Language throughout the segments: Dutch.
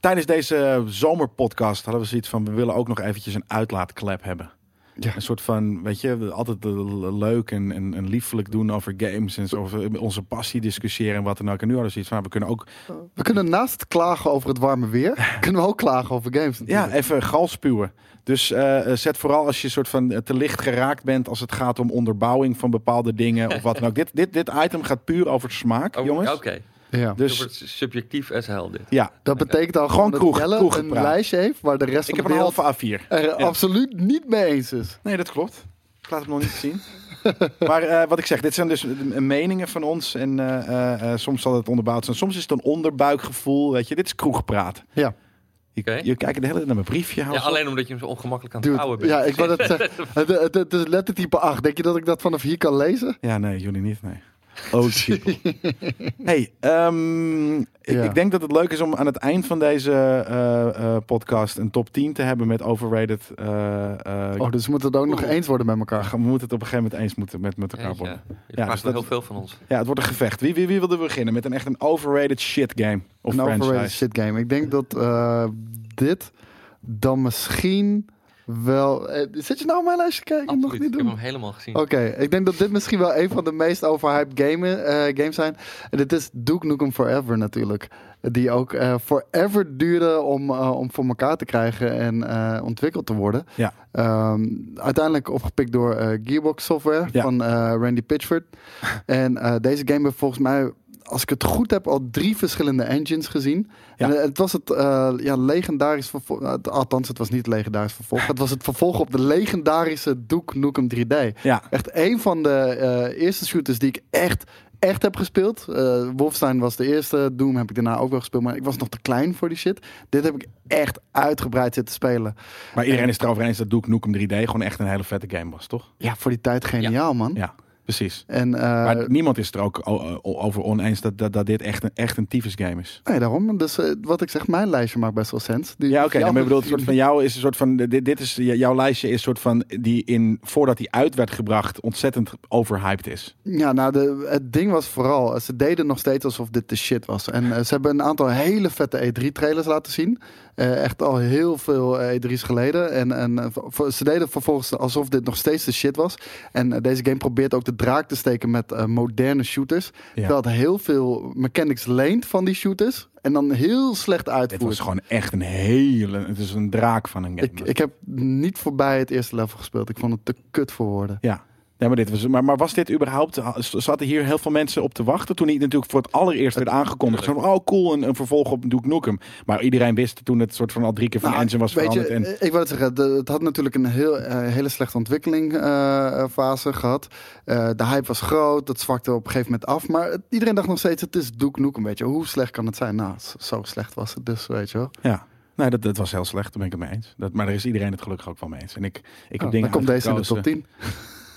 Tijdens deze zomerpodcast hadden we zoiets van... we willen ook nog eventjes een uitlaatklep hebben. Ja. Een soort van, weet je, altijd eh, leuk en, en, en liefelijk doen over games... en zo, over onze passie discussiëren en wat dan ook. En nu hadden we zoiets van, nou, we kunnen ook We kunnen naast klagen over het warme weer, kunnen we ook klagen over games. natuurlijk. ja, even gal spuwen. Dus eh, eh, zet vooral als je soort van eh, te licht geraakt bent... als het gaat om onderbouwing van bepaalde dingen of wat dan ook. dit, dit, dit item gaat puur over smaak, Oh, jongens. Oké, ja. dus Dus subjectief as hell dit. ja, Dat betekent al Gewoon gewoon, dat kroeg- Jelle een kroeggepraat. lijstje heeft waar de rest ik van heb de een wereld halve A4. er Ja. absoluut niet mee eens is. Nee, dat klopt. Ik laat hem nog niet zien. maar eh, wat ik zeg, dit zijn dus m- meningen van ons. En eh, eh, eh, soms zal het onderbouwd zijn. Soms is het een onderbuikgevoel. Weet je, dit is kroegpraat. Ja. Je, Oké. je kijkt de hele tijd naar mijn briefje. hou Ja, eens op. alleen omdat je hem zo ongemakkelijk aan het Dude, houden bent. ja, ik wou dat zeggen. Het, het, het is lettertype 8. Denk je dat ik dat vanaf hier kan lezen? Ja, nee, jullie niet. Nee. Oh, people. hey, ehm, ik, Ja. ik denk dat het leuk is om aan het eind van deze eh, eh, podcast een top 10 te hebben met overrated. eh, eh, Oh, dus we moeten het ook nog Oeh. eens worden met elkaar. we moeten het op een gegeven moment eens moeten met, met elkaar Jeetje, worden. Je Ja, vraagt dus wel dat- heel veel van ons. Ja, het wordt een gevecht. Wie, wie, wie wilde beginnen met een echt een overrated shit game? Of een franchise? overrated shit game. Ik denk dat eh, dit dan misschien wel... eh, zit je nou op mijn lijstje te kijken? Ik nog Absoluut. niet Ik heb doen. hem helemaal gezien. Oké, ik denk dat dit misschien wel een van de meest overhyped game, eh, games zijn. En dit is Duke Nukem Forever natuurlijk. Die ook eh, forever duurde om, eh, om voor elkaar te krijgen en eh, ontwikkeld te worden. Ja. Ehm, uiteindelijk opgepikt door eh, Gearbox Software Ja. van eh, Randy Pitchford. en eh, deze game heeft volgens mij, als ik het goed heb, al drie verschillende engines gezien. Ja. En eh, het was het eh, ja, legendarisch vervolg. eh, Althans, het was niet legendarisch vervolg. het was het vervolg op de legendarische Duke Nukem 3D. Ja, Echt een van de eh, eerste shooters die ik echt, echt heb gespeeld. Eh, Wolfenstein was de eerste. Doom heb ik daarna ook wel gespeeld. Maar ik was nog te klein voor die shit. Dit heb ik echt uitgebreid zitten spelen. maar iedereen is het erover eens dat Duke Nukem 3D gewoon echt een hele vette game was, toch? Ja, voor die tijd geniaal, man. Ja, precies. En Hm? eh, maar niemand is het er ook o- o- over oneens dat, dat, dat dit echt een, echt een tyfus game is. nee, daarom. Dus eh, wat ik zeg, mijn lijstje maakt best wel sens. Die- Ja, oké. nee, maar die ik andere- bedoel, het soort van jou is een soort van. Dit, dit is, jouw lijstje is een soort van. die in. voordat die uit werd gebracht. ontzettend overhyped is. Ja, nou, de, het ding was vooral, eh, ze deden nog steeds alsof dit de shit was. En eh, ze hebben een aantal hele vette E3-trailers laten zien. Eh, echt al heel veel eh, E3's geleden. En, en eh, vo- vo- ze deden vervolgens alsof dit nog steeds de shit was. En eh, deze game probeert ook de draak te steken met eh, moderne shooters. Ja. Dat heel veel mechanics leent van die shooters. En dan heel slecht Dit uitvoert. was gewoon echt een hele. Het is een draak van een game. ik, ik heb niet voorbij het eerste level gespeeld. Ik vond het te kut voor woorden. Ja. Ja, maar, dit was, maar, maar was dit überhaupt... ha- Zaten hier heel veel mensen op te wachten toen hij natuurlijk voor het allereerst werd aangekondigd? Zo van, oh cool, een, een vervolg op Duke Nukem. Maar iedereen wist toen het soort van al drie keer van Nou, engine was weet je, veranderd. en, Ik wil het zeggen, de- het had natuurlijk een heel, eh, hele slechte ontwikkelingsfase gehad. Eh, de hype was groot, dat zwakte op een gegeven moment af. Maar het- iedereen dacht nog steeds, het is Duke Nukem, weet je. wel. Hoe slecht kan het zijn? Nou, z- zo slecht was het dus, weet je wel. ja, nee, dat, dat was heel slecht, daar ben ik het mee eens. Dat, maar daar is iedereen het gelukkig ook wel mee eens. En ik, ik heb Nou, dingen dan komt deze in de uitgekozen. top 10.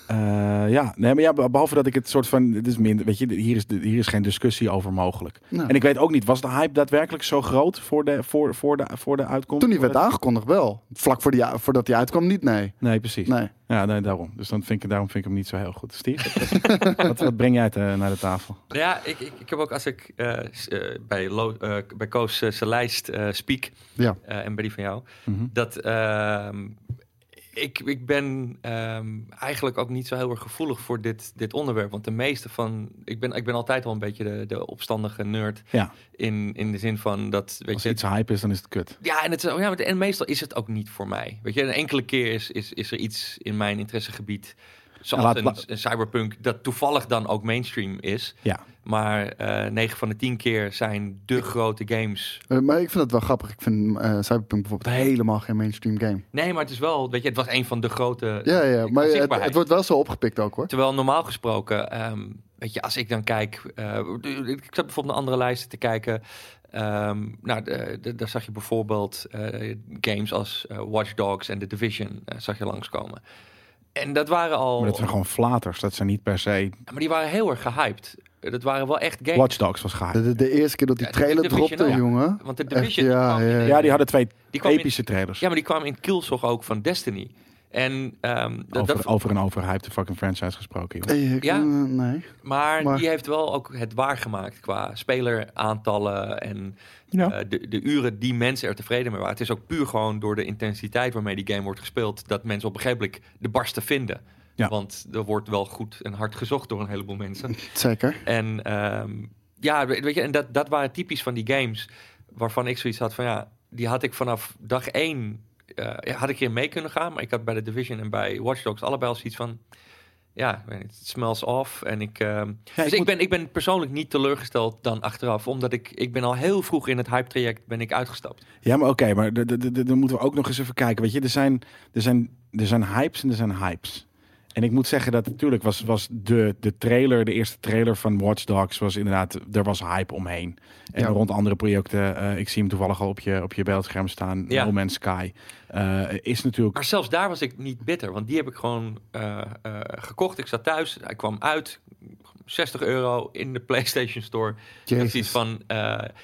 Eh, ja, nee, maar ja, be- behalve dat ik het soort van... Het is minder, weet je, hier is, de- hier is geen discussie over mogelijk. Nou, En ik weet ook niet, was de hype daadwerkelijk zo groot voor de, voor, voor de, voor de uitkomst? toen die werd aangekondigd wel. Vlak voor die, voordat die uitkwam, niet, nee. Nee, precies. nee. Ja, nee, daarom. Dus dan vind ik, daarom vind ik hem niet zo heel goed. Steve, wat, wat, wat breng jij te- naar de tafel? Nou Ja, ik, ik, ik heb ook als ik eh, s- eh, bij, Lo, eh, bij Koos eh, zijn lijst eh, speak Ja. eh, en bij die van jou, Mhm. dat ehm, ik, ik ben ehm, eigenlijk ook niet zo heel erg gevoelig voor dit, dit onderwerp. Want de meeste van, ik ben, ik ben altijd wel een beetje de, de opstandige nerd Ja, in, in de zin van dat, weet als je, iets hype is, dan is het kut. ja, en, het, is- ja maar- en meestal is het ook niet voor mij. Weet je, een enkele keer is, is, is er iets in mijn interessegebied, zoals laat- een, laat- een cyberpunk, dat toevallig dan ook mainstream is. Ja. Maar eh 9 van de 10 keer zijn de grote games. Eh, Maar ik vind het wel grappig. Ik vind eh, Cyberpunk bijvoorbeeld helemaal geen mainstream game. Nee, maar het is wel, weet je, het was een van de grote. Ja, ja, eh, maar het, zichtbaarheid. het wordt wel zo opgepikt ook, hoor. Terwijl normaal gesproken, ehm, weet je, als ik dan kijk. eh, ik zat bijvoorbeeld naar andere lijsten te kijken. Ehm, nou, de- de- daar zag je bijvoorbeeld eh, games als eh, Watch Dogs en The Division eh, zag je langskomen. En dat waren al. Maar dat zijn gewoon flaters. Dat zijn niet per se... maar die waren heel erg gehyped. Eh, Dat waren wel echt games. Watch Dogs was gehyped. De, de- de eerste keer dat die Ja, trailer de Division dropte, ook. jongen. Want de Echt, Division. ja, kwam in- ja, Ja, die hadden twee Eh, die kwam in- epische trailers. Ja, maar die kwam in Killzog ook van Destiny. En, ehm, dat- Over, dat, over en over hype de fucking franchise gesproken, joh. Eh, ik- Ja. eh, nee. maar, maar- die heeft wel ook het waargemaakt qua speleraantallen en Ja. eh, de, de uren die mensen er tevreden mee waren. Het is ook puur gewoon door de intensiteit waarmee die game wordt gespeeld dat mensen op een gegeven moment de barsten vinden. Ja. Want er wordt wel goed en hard gezocht door een heleboel mensen. Zeker. En ehm, ja, we- weet je, en dat, dat waren typisch van die games waarvan ik zoiets had van ja, die had ik vanaf dag één eh, ja, had ik hier mee kunnen gaan, maar ik had bij The Division en bij Watch Dogs allebei al zoiets van ja, ik weet niet, het smells off en ik, ehm, ik dus ik, moet- ben, ik ben persoonlijk niet teleurgesteld dan achteraf, omdat ik, ik ben al heel vroeg in het hype traject ben ik uitgestapt. Ja, maar oké, maar d- d- d- d- dan moeten we ook nog eens even kijken. Weet je, er zijn, er zijn, er zijn hypes en er zijn hypes. En ik moet zeggen dat natuurlijk was, was de, de trailer, de eerste trailer van Watch Dogs, was inderdaad, er was hype omheen. En Ja. rond andere projecten, eh, ik zie hem toevallig al op je, op je beeldscherm staan, Ja. No Man's Sky, eh, is natuurlijk... Maar zelfs daar was ik niet bitter, want die heb ik gewoon eh, eh, gekocht. Ik zat thuis, hij kwam uit, 60 euro in de PlayStation Store. Ik had Jezus. zoiets van, eh,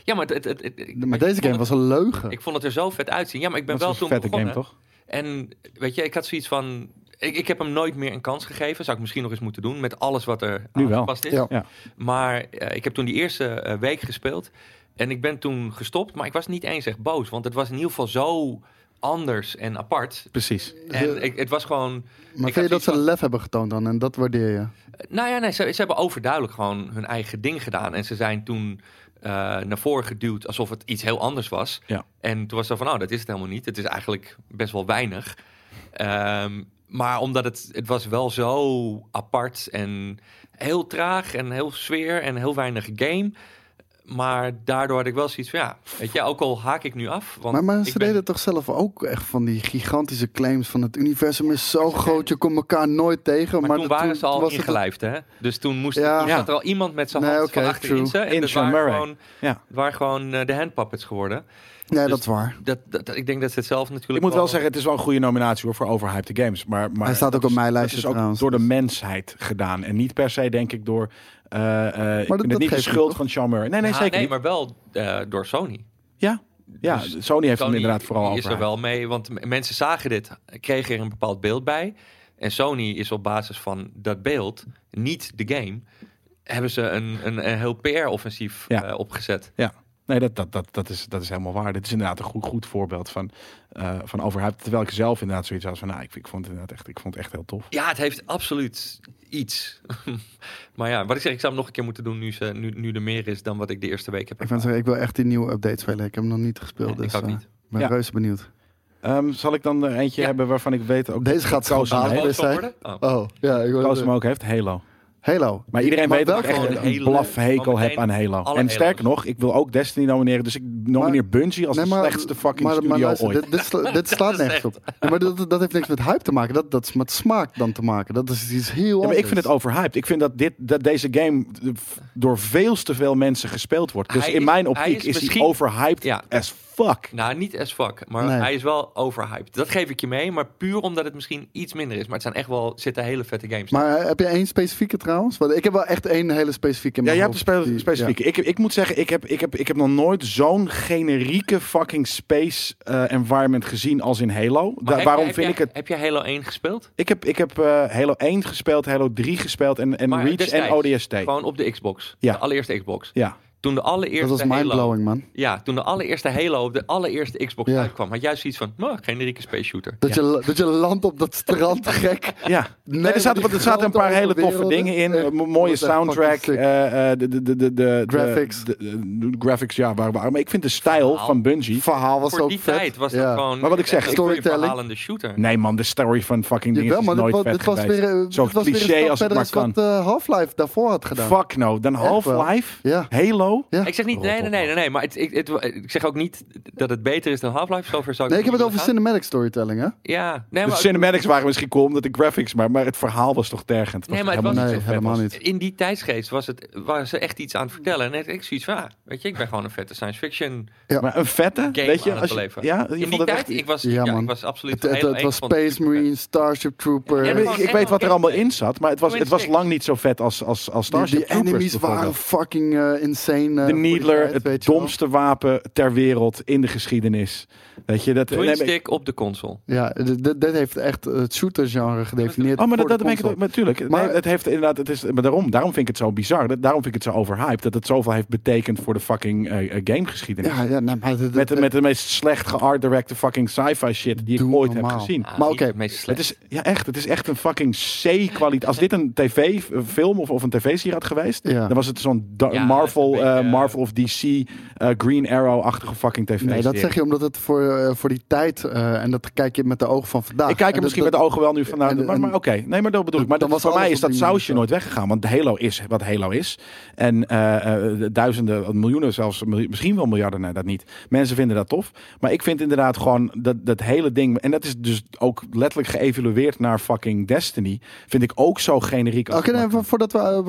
ja, maar, het, het, het- het- ik- Maar ik deze vond game was het- een leugen. Ik vond het er zo vet uitzien. Ja, maar ik ben dat wel was een toen vette begonnen. game, toch? En weet je, ik had zoiets van... Ik, ik heb hem nooit meer een kans gegeven. Zou ik misschien nog eens moeten doen met alles wat er Nu wel. aangepast is. Ja. Ja. Maar eh, ik heb toen die eerste eh, week gespeeld. En ik ben toen gestopt. Maar ik was niet eens echt boos. Want het was in ieder geval zo anders en apart. Precies. En ik, het was gewoon... maar ik vind je had dat zoiets ze van- lef hebben getoond dan? En dat waardeer je? Nou ja, nee, ze, ze hebben overduidelijk gewoon hun eigen ding gedaan. En ze zijn toen eh, naar voren geduwd alsof het iets heel anders was. Ja. En toen was ze van, nou, dat is het helemaal niet. Het is eigenlijk best wel weinig. Ehm, maar omdat het, het was wel zo apart en heel traag en heel sfeer en heel weinig game. Maar daardoor had ik wel zoiets van, ja, weet je, ook al haak ik nu af. Want Maar, maar ik ze ben- deden toch zelf ook echt van die gigantische claims van het universum is zo groot, je komt elkaar nooit tegen. Maar, Maar, toen dat- waren ze al was het- ingelijfd, hè? Dus toen moest Ja. toen Ja. zat er al iemand met zijn Nee, hand oké, van achterin true. ze. En In dat Sean waren Murray. gewoon, Ja. het waren gewoon eh, de handpuppets geworden. Nee, dus- dat is waar. Dat, dat, dat- ik denk dat ze het zelf natuurlijk Ik moet wel zeggen, het is wel een goede nominatie hoor, voor overhyped games. Maar, maar Hij staat ook dat op is- mijn dat lijstje is ook trouwens. dus- door de mensheid gedaan. En niet per se, denk ik, door... eh, eh, ik dat- vind het niet dat de geeft schuld niet, van Sean Murray. Nee, nee, Ah, zeker nee, niet. maar wel eh, door Sony. Ja, ja Dus Sony heeft Sony hem inderdaad vooral is over. er wel mee, want m- mensen zagen dit, kregen er een bepaald beeld bij. En Sony is op basis van dat beeld, niet de game, hebben ze een, een, een heel PR-offensief Ja. eh, opgezet. Nee, dat, dat, dat, dat, is, dat is helemaal waar. Dit is inderdaad een goed, goed voorbeeld van, eh van overhyped. Terwijl ik zelf inderdaad zoiets had van... Nou, ik, ik, vond het inderdaad echt, ik vond het echt heel tof. Ja, het heeft absoluut iets. maar ja, wat ik zeg, ik zou hem nog een keer moeten doen nu, ze, nu, nu er meer is dan wat ik de eerste week heb. Ik, wou zeggen, ik wil echt die nieuwe update spelen. Ik heb hem nog niet gespeeld, Nee, ik dus ook eh, niet. ik ben Ja. reuze benieuwd. Ehm, zal ik dan er eentje Ja. hebben waarvan ik weet... Ook Deze gaat Koos hem schandalig heeft. worden. Boos van zij- worden? Oh. Oh, ja. Ik wil Koos hem ook heeft, Halo. Halo. Maar iedereen weet dat wel ik echt gewoon een hele- blaf hekel gewoon heb aan Halo. alle En sterker Halo's. nog, ik wil ook Destiny nomineren. Dus ik nomineer Bungie als de slechtste fucking studio luister, ooit. Dit, dit, sla- dit slaat is nergens echt- op. Nee, maar dat, dat heeft niks met hype te maken. Dat, dat is met smaak dan te maken. Dat is iets heel Ja, maar anders. ik vind het overhyped. Ik vind dat, dit, dat deze game door veel te veel mensen gespeeld wordt. Dus Hij in is- mijn hij optiek is is, misschien- hij overhyped Ja. as fuck. Nou, niet as fuck, maar Nee. hij is wel overhyped. Dat geef ik je mee, maar puur omdat het misschien iets minder is. Maar het zijn echt wel, er zitten hele vette games. Maar eh, heb je één specifieke trouwens? Want ik heb wel echt één hele specifieke in Ja, mijn jij hebt een hoofd spe- die- specifieke. Ik, ik moet zeggen, ik heb, ik heb, ik heb nog nooit zo'n generieke fucking space eh, environment gezien als in Halo. Da- Maar heb waarom je- heb vind je- ik het... Heb je Halo 1 gespeeld? Ik heb, ik heb eh, Halo 1 gespeeld, Halo 3 gespeeld en, en Maar Reach en destijds, ODST. Gewoon op de Xbox. Ja. De allereerste Xbox. Ja. Toen de Ja. allereerste Dat was Halo... mindblowing, man. Ja, toen de allereerste Halo op de allereerste Xbox Ja. uitkwam, had jij zoiets van, "Nou, generieke space shooter. Dat, je, dat je landt op dat strand, gek. Ja, nee, maar er zaten, die want er zaten een grote paar hele toffe werelden, dingen in. echt, Een mo- dat mooie is echt soundtrack. fucking sick. eh, eh, de, de, de, de, de- Graphics. de- de- de graphics, ja, waren waren. Maar ik vind de stijl Verhaal. van Bungie. verhaal was Voor ook die vet. tijd was Ja. dat gewoon... Maar wat ik zeg, echt een goede storytelling. verhalende shooter. Nee, man, de story van fucking dingen Jawel, is maar dit, nooit was, vet dit was geweest. weer, eh, Zo dit was weer een cliché stap als het verder maar als wat kan. eh, Half-Life daarvoor had gedaan. Fuck no. Dan Echt wel. Half-Life, Ja. Halo. Ja. Ik zeg niet, Rot nee, op, nee, man. nee, nee, nee, maar het, ik, het, ik zeg ook niet dat het beter is dan Half-Life. Zover zou ik Nee, ik heb het niet over Dus willen cinematic storytelling, hè? gaan. Ja, nee, De maar cinematics waren misschien cool omdat de graphics, maar, maar het verhaal was toch tergend. Nee, toch maar het helemaal Nee, niet zo vet helemaal als- niet. in die tijdsgeest was het, waren ze echt iets aan het vertellen. En ik- ik zoiets van, ah, weet je, ik ben gewoon een vette science fiction Ja. Maar een vette, game weet je, aan als het je- beleven. ja, je in vond die het tijd, echt- ik was, Ja, ja, man. ik was absoluut Het, het, heel het erg was van- Space Marine, Starship Trooper. Ja, Ja, maar ik, gewoon ik weet wat er echt- allemaal in zat, maar het was, Twin het was Sticks. lang niet zo vet als, als, als die, Starship die Troopers enemies bijvoorbeeld. waren fucking eh, insane. één... eh, de Needler, voetigheid, het weet je wel. domste wapen ter wereld in de geschiedenis. Weet je, dat... nee, maar- Joystick op de console. Ja, d- d- dit heeft echt het shooter-genre gedefinieerd. Oh, maar dat, dat voor de ben ik het console. ook- natuurlijk. Maar- Maar het heeft inderdaad, het is, maar daarom, daarom vind ik het zo bizar. Dat, daarom vind ik het zo overhyped. Dat het zoveel heeft betekend voor de fucking eh, eh, gamegeschiedenis. Ja, ja, nee, maar... d- d- met, de, met de meest slecht geart-directe fucking sci-fi shit die ik Doe ooit normaal. heb gezien. Ah, Maar niet oké, het meest Het slecht. is, ja, echt, het is echt een fucking C-kwaliteit. Als dit een tv-film of, of een tv-serie had geweest, Ja. dan was het zo'n da- Ja, Marvel, dat is een eh, beetje- Marvel of DC eh, Green Arrow-achtige fucking tv Nee, dat zeg je omdat het voor, eh, voor die tijd... eh, en dat kijk je met de ogen van vandaag. Ik kijk er Ah, En misschien dat- met de ogen wel nu van, nou, en- maar, maar en- oké. Nee, maar dat bedoel ik. Maar Dan dat, was voor alles mij is op dat die manier sausje zo. nooit weggegaan. Want Halo is wat Halo is. En eh, eh, duizenden, miljoenen zelfs, miljo- misschien wel miljarden, nee, dat niet. Mensen vinden dat tof. Maar ik vind inderdaad gewoon dat, dat hele ding... En dat is dus ook letterlijk geëvalueerd naar fucking Destiny. Vind ik ook zo generiek. als Oké, het nee, maar vo- voordat we eh, aankomen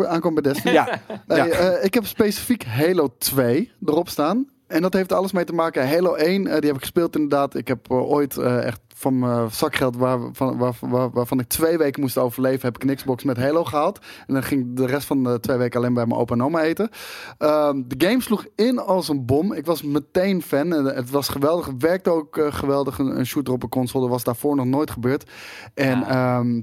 kan. bij Destiny. Ja, Hey, ja. eh, ik heb specifiek Halo 2 erop staan. En dat heeft alles mee te maken. Halo 1, eh, die heb ik gespeeld inderdaad. Ik heb eh, ooit eh, echt van mijn zakgeld, waar, van, waar, waar- waarvan ik twee weken moest overleven, heb ik een Xbox met Halo gehaald. En dan ging ik de rest van de twee weken alleen bij mijn opa en oma eten. Ehm, de game sloeg in als een bom. Ik was meteen fan. En eh, het was geweldig. Het werkte ook eh, geweldig. Een, een shooter op een console was daarvoor nog nooit gebeurd. En ehm,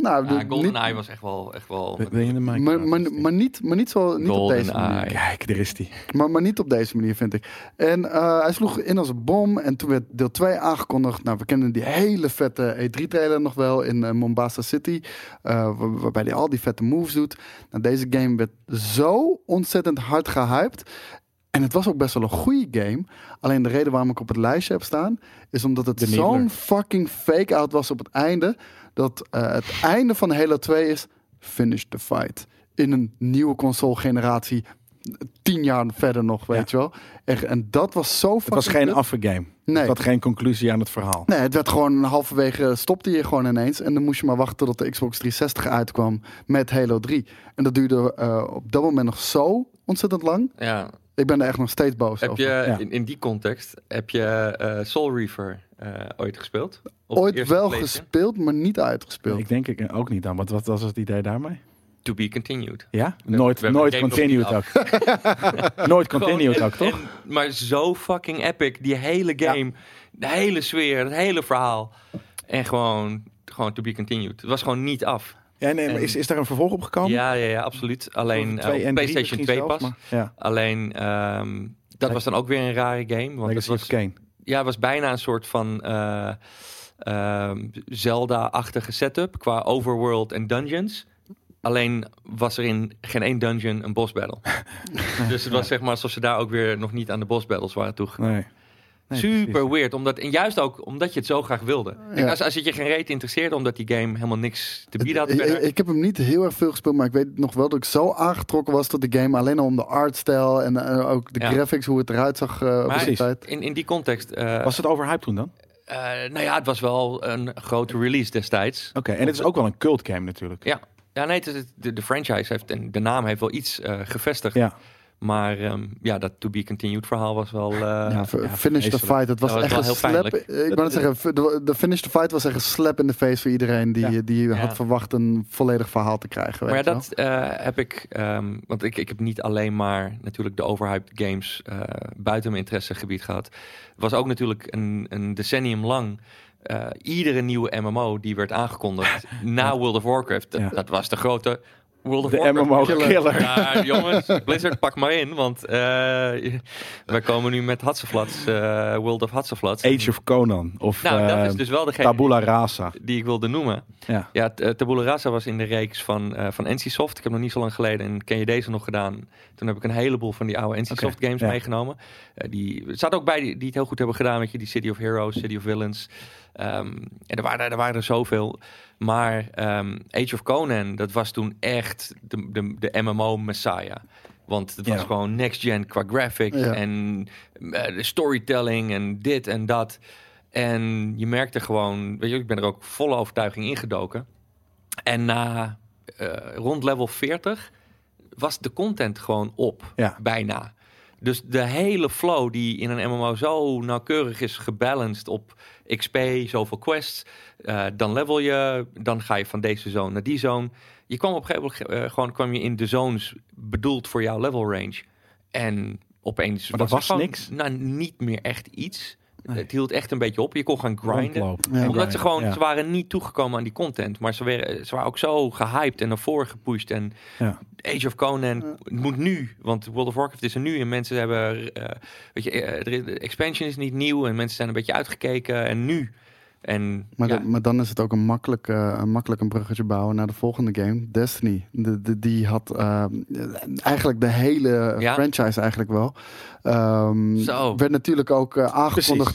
nou, Ja, niet- Ah, GoldenEye was echt wel... Echt wel Ben je in de mic? maar, maar, maar niet, maar niet, zo, niet op deze manier. GoldenEye. Kijk, er is die. Maar, maar niet op deze manier, vind ik. En eh, hij sloeg in als een bom. En toen werd deel 2 aangekondigd. Nou, we kennen die hele vette E3-trailer nog wel in eh, Mombasa City. eh, waar- waarbij hij al die vette moves doet. Nou, deze game werd zo ontzettend hard gehyped. En het was ook best wel een goede game. Alleen de reden waarom ik op het lijstje heb staan... is omdat het De Needler. zo'n fucking fake-out was op het einde... dat eh, het einde van Halo 2 is... finish the fight. In een nieuwe console-generatie tien jaar verder nog, weet je wel. Echt, en dat was zo Het was geen fucking aftergame. Nee. Het had geen conclusie aan het verhaal. Nee, het werd gewoon halverwege stopte je gewoon ineens. En dan moest je maar wachten tot de Xbox 360 uitkwam met Halo 3. En dat duurde eh, op dat moment nog zo ontzettend lang. Ja, Ik ben er echt nog steeds boos Heb over. je, Ja. in, in die context, heb je eh, Soul Reaver eh, ooit gespeeld? Op de Ooit eerste wel PlayStation? gespeeld, maar niet uitgespeeld. Ik denk ik ook niet aan. Wat, wat was het idee daarmee? To be continued. Ja? We- nooit we hebben nooit de game nog continued ook. nooit continued Gewoon- ook, toch? en- maar zo fucking epic. Die hele game, de hele sfeer, het hele verhaal. En gewoon, gewoon to be continued. Het was gewoon niet af. Ja, nee, maar is, is daar een vervolg op gekomen? Ja, ja, ja, absoluut. Alleen Over eh, twee op en drie PlayStation misschien 2 zelfs, pas. maar- Ja. Alleen, ehm, dat Leg- was dan ook weer een rare game. Want het Legacy of was, Kane. ja, het was bijna een soort van eh, ehm, Zelda-achtige setup qua overworld en dungeons. Alleen was er in geen één dungeon een boss battle. dus het was zeg maar alsof ze daar ook weer nog niet aan de boss battles waren toegekomen. Nee. Nee, Super precies. weird, omdat, en juist ook omdat je het zo graag wilde. Kijk, Ja. Als, als het je geen reet interesseerde, omdat die game helemaal niks te bieden had. Ik, verder. ik- ik heb hem niet heel erg veel gespeeld, maar ik weet nog wel dat ik zo aangetrokken was tot de game. Alleen al om de artstijl en eh, ook de Ja. graphics, hoe het eruit zag eh, op Maar- die tijd. In, in die context, eh, Was het overhyped toen dan? Oké, eh, nou ja, het was wel een grote release destijds. en het is ook wel een cult game natuurlijk. Ja, ja nee, het is het- de, de franchise heeft en de naam heeft wel iets eh, gevestigd. Ja. Maar ehm, ja, dat to be continued verhaal was wel. eh, Ja, ja. v- ja, finish the vreselijk. fight. Het was Dat was echt wel een heel slap. Ik wou net zeggen, v- de, de finish the fight was echt een slap in de face voor iedereen die, Ja. die Ja. had verwacht een volledig verhaal te krijgen. Maar ja, weet je dat eh, heb ik. ehm, want ik, ik heb niet alleen maar natuurlijk de overhyped games eh, buiten mijn interessegebied gehad. Het was ook natuurlijk een, een decennium lang. eh, iedere nieuwe MMO die werd aangekondigd na World of Warcraft. Dat, Ja. dat was de grote World of De Warcraft. MMO-killer. Ja, jongens, Blizzard pak maar in, want eh wij komen nu met Hatseflats, eh, World of Hatseflats. Age of Conan. Of Nou, dat eh, is dus wel degene Tabula Rasa. die ik wilde noemen. Ja. Ja, t- eh, Tabula Rasa was in de reeks van, eh van NCSoft. Ik heb nog niet zo lang geleden en ken je deze nog gedaan. Toen heb ik een heleboel van die oude NCSoft Oké, games ja. meegenomen. Eh, die er zaten ook bij die, die het heel goed hebben gedaan. Weet je, die City of Heroes, City of Villains. Ehm, en er waren, er waren er zoveel. Maar ehm, Age of Conan, dat was toen echt de, de, de MMO-messiah. Want het was Ja. gewoon next-gen qua graphics Ja. en eh, de storytelling en dit en dat. En je merkte gewoon, weet je, ik ben er ook volle overtuiging ingedoken. En na eh, rond level 40 was de content gewoon op, Ja. bijna. Dus de hele flow die in een MMO zo nauwkeurig is gebalanced op XP, zoveel quests, eh, dan level je, dan ga je van deze zone naar die zone. Je kwam op een gegeven moment eh, gewoon kwam je in de zones bedoeld voor jouw level range. En opeens Maar dat er was gewoon, niks? Nou, niet meer echt iets. Nee. Het hield echt een beetje op. Je kon gaan grinden. Rondlopen. Ja. En Omdat ze grinden, gewoon, ja. ze waren niet toegekomen aan die content. Maar ze, werden, ze waren ook zo gehyped en naar voren gepusht. En Ja. Age of Conan Ja. moet nu. Want World of Warcraft is er nu. En mensen hebben, eh, weet je, eh, er is- de expansion is niet nieuw. En mensen zijn een beetje uitgekeken. En nu. En Maar, ja, dat- maar dan is het ook een makkelijk, eh, een makkelijk een bruggetje bouwen naar de volgende game, Destiny. De, de- die had eh, eigenlijk de hele Ja. franchise eigenlijk wel. Ehm, Zo. Werd natuurlijk ook eh, aangekondigd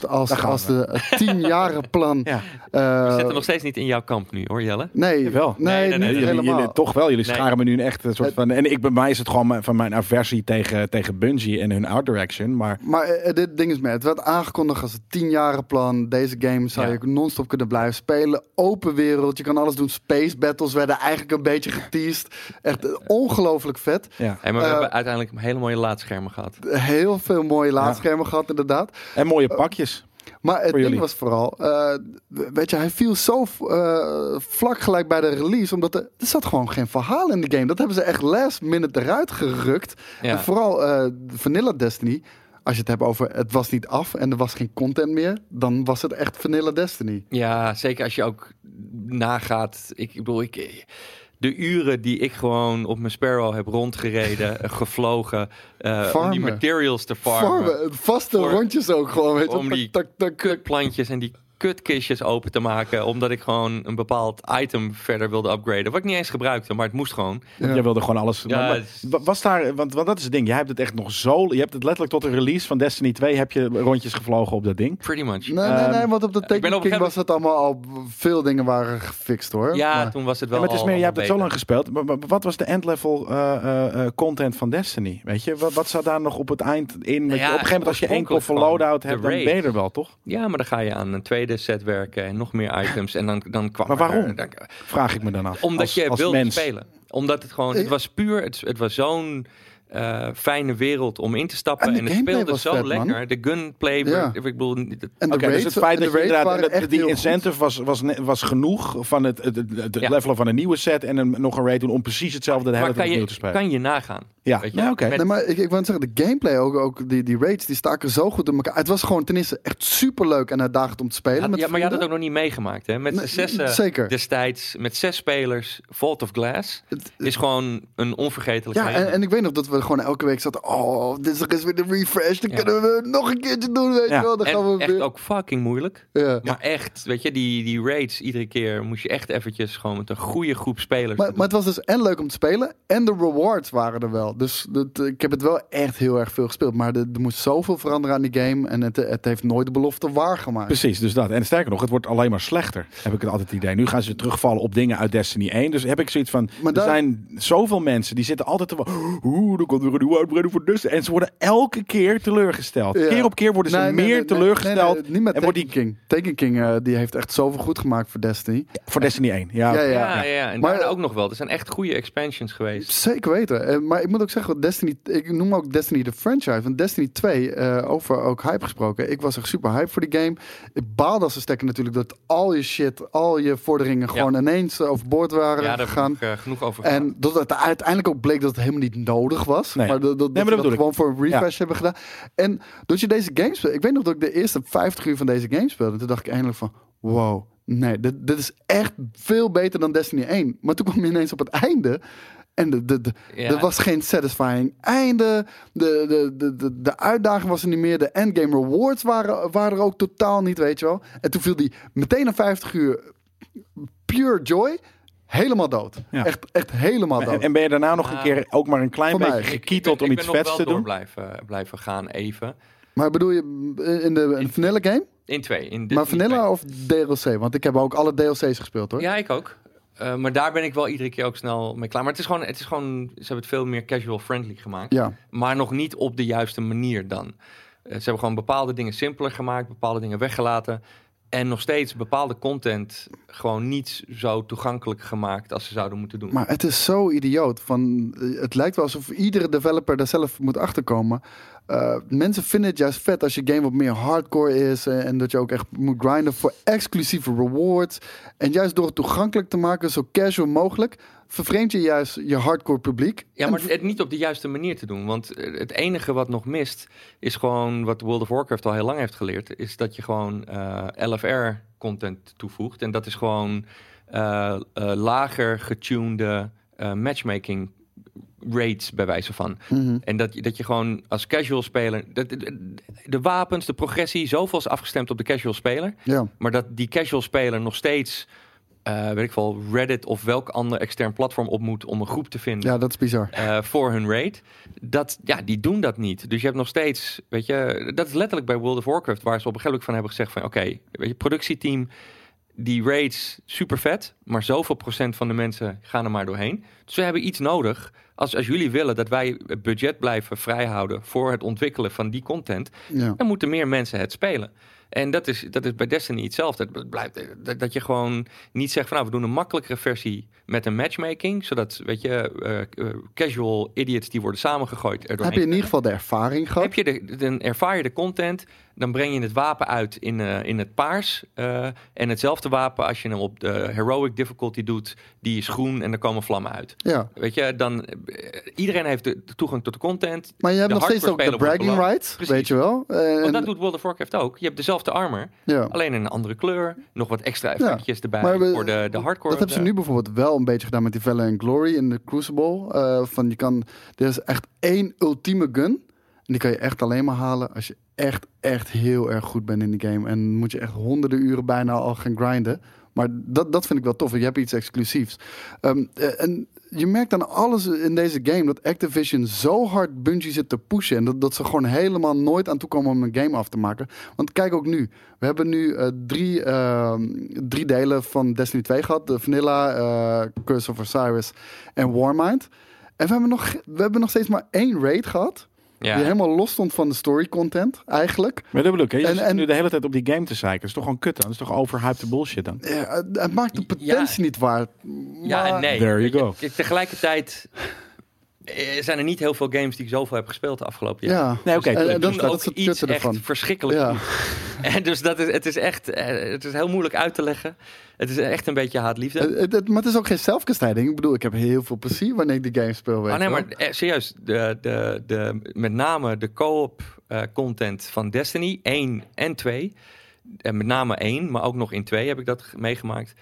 Precies, daar als, gaan als we. de het tienjarenplan. Ja. Eh, we zitten nog steeds niet in jouw kamp nu hoor, Jelle. nee, Jawel. nee, Nee, nee, niet nee, Nee, jullie, helemaal. jullie- toch wel, jullie Nee. scharen me nu een echt een soort Het- van... En ik, bij mij is het gewoon mijn- van mijn aversie tegen, tegen Bungie en hun art direction. Maar Maar eh, dit ding is meer. Het werd aangekondigd als een tienjarenplan. Deze game zou Ja. je non-stop kunnen blijven spelen. Open wereld, je kan alles doen. Space battles werden eigenlijk een beetje geteased. Echt eh, ongelooflijk vet. ja. Hey, maar we Eh, hebben uiteindelijk hele mooie laadschermen gehad. Heel veel mooie laadschermen gehad, inderdaad. En mooie pakjes. Maar het Voor ding jullie. was vooral, eh, weet je, hij viel zo eh, vlak gelijk bij de release, omdat er, er zat gewoon geen verhaal in de game. Dat hebben ze echt last minute eruit gerukt. Ja. En vooral eh, Vanilla Destiny, als je het hebt over het was niet af en er was geen content meer, dan was het echt Vanilla Destiny. Ja, zeker als je ook nagaat. Ik bedoel, ik, de uren die ik gewoon op mijn Sparrow heb rondgereden, eh, gevlogen, eh, om die Farmen. materials te farmen, Farmen, vaste Voor- rondjes ook gewoon, weet je. om die tak, tak, tak. kutplantjes en die kutkistjes open te maken, omdat ik gewoon een bepaald item verder wilde upgraden, wat ik niet eens gebruikte, maar het moest gewoon. Ja. Jij wilde gewoon alles. Ja, maar- maar het is- wa- was daar, want, want dat is het ding. Jij hebt het echt nog zo. Je hebt het letterlijk tot de release van Destiny 2 heb je rondjes gevlogen op dat ding. Pretty much. Nee, nee, nee, Ehm, want op de ben op een Taken King gegeven was het allemaal al, veel dingen waren gefixt hoor. ja, Maar- toen was het Ja, wel. maar het is al meer, jij hebt allemaal het zo beter. lang gespeeld. Maar- maar Wat was de endlevel eh, eh, eh, content van Destiny? Weet je, wat, wat zat daar nog op het eind in? Weet je, Nou ja, op een gegeven moment, als je één oorspronkelijk koffer gewoon loadout de hebt, dan ben je raid. er wel, toch? Ja, maar dan ga je aan een tweede set werken en nog meer items en dan, dan kwam. Maar waarom? er- dan- Vraag ik me dan af. Omdat Als- je als wilde mens. spelen. Omdat het gewoon, Ik- het was puur, het, het was zo'n eh, fijne wereld om in te stappen. En En, de het gameplay speelde was zo vet, man. lekker. De gunplay, Ja. ik bedoel, niet- en de Oké, raids, dus het feit en de dat je raids inderdaad waren dat- echt die heel goed. incentive was, was, ne- was genoeg van het, het, het, het Ja. levelen van een nieuwe set en een, nog een raid doen om precies hetzelfde de hele maar tijd kan opnieuw te je, spelen. kan je nagaan. ja, weet je, nee, oké. met- Nee, maar ik, ik wou net zeggen, de gameplay ook, ook die, die raids, die staken zo goed in elkaar. Het was gewoon ten eerste echt super leuk en uitdagend om te spelen. Had- met ja, maar je had het vrienden. ook nog niet meegemaakt, hè? Met eh, Nee, z'n zessen zeker. destijds, met zes spelers, Vault of Glass, Het- is gewoon een onvergetelijk ja, en, en ik weet nog dat we gewoon elke week zaten. Oh, dit is- er is weer de refresh. Dan Ja. kunnen we nog een keertje doen, weet je Ja. wel. Dan gaan we echt weer. ook fucking moeilijk. Ja. Maar echt, weet je, die, die raids iedere keer moest je echt eventjes gewoon met een goede groep spelers. Maar, maar het was dus en leuk om te spelen. En de rewards waren er wel. Dus dat, eh, ik heb het wel echt heel erg veel gespeeld. Maar er, er moest zoveel veranderen aan die game. En het, het heeft nooit de belofte waargemaakt. Precies, dus dat. En sterker nog, het wordt alleen maar slechter, heb ik het altijd het idee. Nu gaan ze terugvallen op dingen uit Destiny 1. Dus heb ik zoiets van, er Maar daar- zijn zoveel mensen die zitten altijd te wa- Oeh, er komt weer een nieuwe uitbreiding voor Destiny. En ze worden elke keer teleurgesteld. Ja. Keer op keer worden ze Nee, nee, meer nee, nee, teleurgesteld. nee, nee, niet met en Taken wordt die King. Taken King eh, die heeft echt zoveel goed gemaakt voor Destiny. voor Destiny 1. Ja, Ja, ja. Ja, ja, en Maar- daarna ook nog wel. Er zijn echt goede expansions geweest. Zeker weten. Eh, maar ik moet ook zeggen, Destiny, ik noem ook Destiny de franchise. Want Destiny 2, eh, over ook hype gesproken. Ik was echt super hype voor die game. Ik baalde als ze stekken natuurlijk dat al je shit, al je vorderingen Ja. gewoon ineens eh, overboord waren Ja, daar heb gegaan. ik eh, genoeg over gehad. En dat het uiteindelijk ook bleek dat het helemaal niet nodig was. Nee. Maar dat, dat, maar dat dat we bedoel dat ik. gewoon voor een refresh hebben gedaan. En dat je deze games speelt. Ik weet nog dat ik de eerste 50 uur van deze game speelde. Toen dacht ik eindelijk van, wow. Nee, dit, dit is echt veel beter dan Destiny 1. Maar toen kwam je ineens op het einde. En de, de, de, Ja. er was geen satisfying einde. De, de, de, de, de uitdaging was er niet meer. De endgame rewards waren, waren er ook totaal niet, weet je wel. En toen viel die meteen na 50 uur pure joy helemaal dood. Ja. Echt, echt helemaal dood. En, en ben je daarna nog een Ja. keer ook maar een klein Voor mij. beetje Ik- gekieteld om ik iets ben nog vets wel te door doen? Blijven, blijven gaan even. Maar bedoel je eh, in de, in de vanilla game? In twee. In dit- Maar in vanilla of DLC? Want ik heb ook alle DLC's gespeeld hoor. twee. Ja, ik ook. Eh, maar daar ben ik wel iedere keer ook snel mee klaar. Maar het is gewoon, het is gewoon ze hebben het veel meer casual friendly gemaakt. Ja. Maar nog niet op de juiste manier dan. Eh, ze hebben gewoon bepaalde dingen simpeler gemaakt, bepaalde dingen weggelaten. En nog steeds bepaalde content gewoon niet zo toegankelijk gemaakt als ze zouden moeten doen. Maar het is zo idioot. Van, eh, het lijkt wel alsof iedere developer daar zelf moet achterkomen. eh, mensen vinden het juist vet als je game wat meer hardcore is. eh, en dat je ook echt moet grinden voor exclusieve rewards. En juist door het toegankelijk te maken, zo casual mogelijk, vervreemd je juist je hardcore publiek. Ja, En maar het niet op de juiste manier te doen. Want eh, het enige wat nog mist, is gewoon wat World of Warcraft al heel lang heeft geleerd, is dat je gewoon eh, LFR-content toevoegt. En dat is gewoon eh, eh, lager getunede eh, matchmaking rates bij wijze van. Mhm. En dat, je- dat je gewoon als casual speler... Dat, de wapens, de progressie, zoveel is afgestemd op de casual speler. ja. Maar dat die casual speler nog steeds, eh, weet ik wel, Reddit of welk ander extern platform op moet om een groep te vinden ja, dat is bizar. eh, voor hun raid. Dat, ja, die doen dat niet. Dus je hebt nog steeds, weet je, dat is letterlijk bij World of Warcraft, waar ze op een gegeven moment van hebben gezegd van, oké, weet je, productieteam, die raids super vet, maar zoveel procent van de mensen gaan er maar doorheen. Dus we hebben iets nodig. Als, als jullie willen dat wij het budget blijven vrijhouden voor het ontwikkelen van die content, Ja. dan moeten meer mensen het spelen. En dat is, dat is bij Destiny hetzelfde. Het blijft, eh, dat, dat je gewoon niet zegt van nou, we doen een makkelijkere versie met een matchmaking. Zodat, weet je, eh, eh, casual idiots die worden samengegooid erdoor. Heb je in ieder geval de ervaring gehad? Heb je de, dan ervaar je de content, dan breng je het wapen uit in, eh, in het paars. eh, en hetzelfde wapen als je hem op de heroic difficulty doet, die is groen en er komen vlammen uit. Ja. Weet je, dan eh, iedereen heeft de, de toegang tot de content. Maar je hebt De nog steeds ook hardcore de speler wordt bragging beloond. rights, Precies. weet je wel. En- Want dat doet World of Warcraft ook. Je hebt dezelfde armor. ja. Alleen in een andere kleur, nog wat extra effectjes erbij Maar we- voor de, de hardcore. Dat hebben ze nu bijvoorbeeld wel een beetje gedaan met die Vellen en Glory in de Crucible. Eh, van je kan, er is echt één ultieme gun. En die kan je echt alleen maar halen als je echt, echt heel erg goed bent in die game. En moet je echt honderden uren bijna al gaan grinden. Maar dat, dat vind ik wel tof. Je hebt iets exclusiefs. Ehm, eh, en je merkt aan alles in deze game dat Activision zo hard Bungie zit te pushen. En dat, dat ze gewoon helemaal nooit aan toe komen om een game af te maken. Want kijk ook nu. We hebben nu eh, drie, ehm, drie delen van Destiny 2 gehad. De Vanilla, eh, Curse of Osiris en Warmind. En we hebben, nog, we hebben nog steeds maar één raid gehad. Ja. Die helemaal los stond van de story content eigenlijk. Maar dat bedoel ik, hè? Je En- zit en- nu de hele tijd op die game te zeiken. Dat is toch gewoon kut dan? Dat is toch overhyped bullshit dan? Eh, het- het maakt de Ja. potentie niet waar. Eh, ja en Maar- nee. There you Weet je, go. kijk, tegelijkertijd eh, zijn er niet heel veel games die ik zoveel heb gespeeld de afgelopen jaar. Ja. Nee, oké. En- en tuurlijk. Doen dat- dat ook is het iets kutte echt ervan. verschrikkelijk Ja. goed. En dus dat is, het is echt eh, het is heel moeilijk uit te leggen. Het is echt een beetje haatliefde. Het- het- het- Eh, maar het is ook geen zelfkastijding. Ik bedoel, ik heb heel veel plezier wanneer ik die game speel. Weet Ah, nee, je wel. maar eh, serieus, de, de, de, met name de co-op eh, content van Destiny 1 en 2. En met name 1, maar ook nog in 2 heb ik dat g- meegemaakt.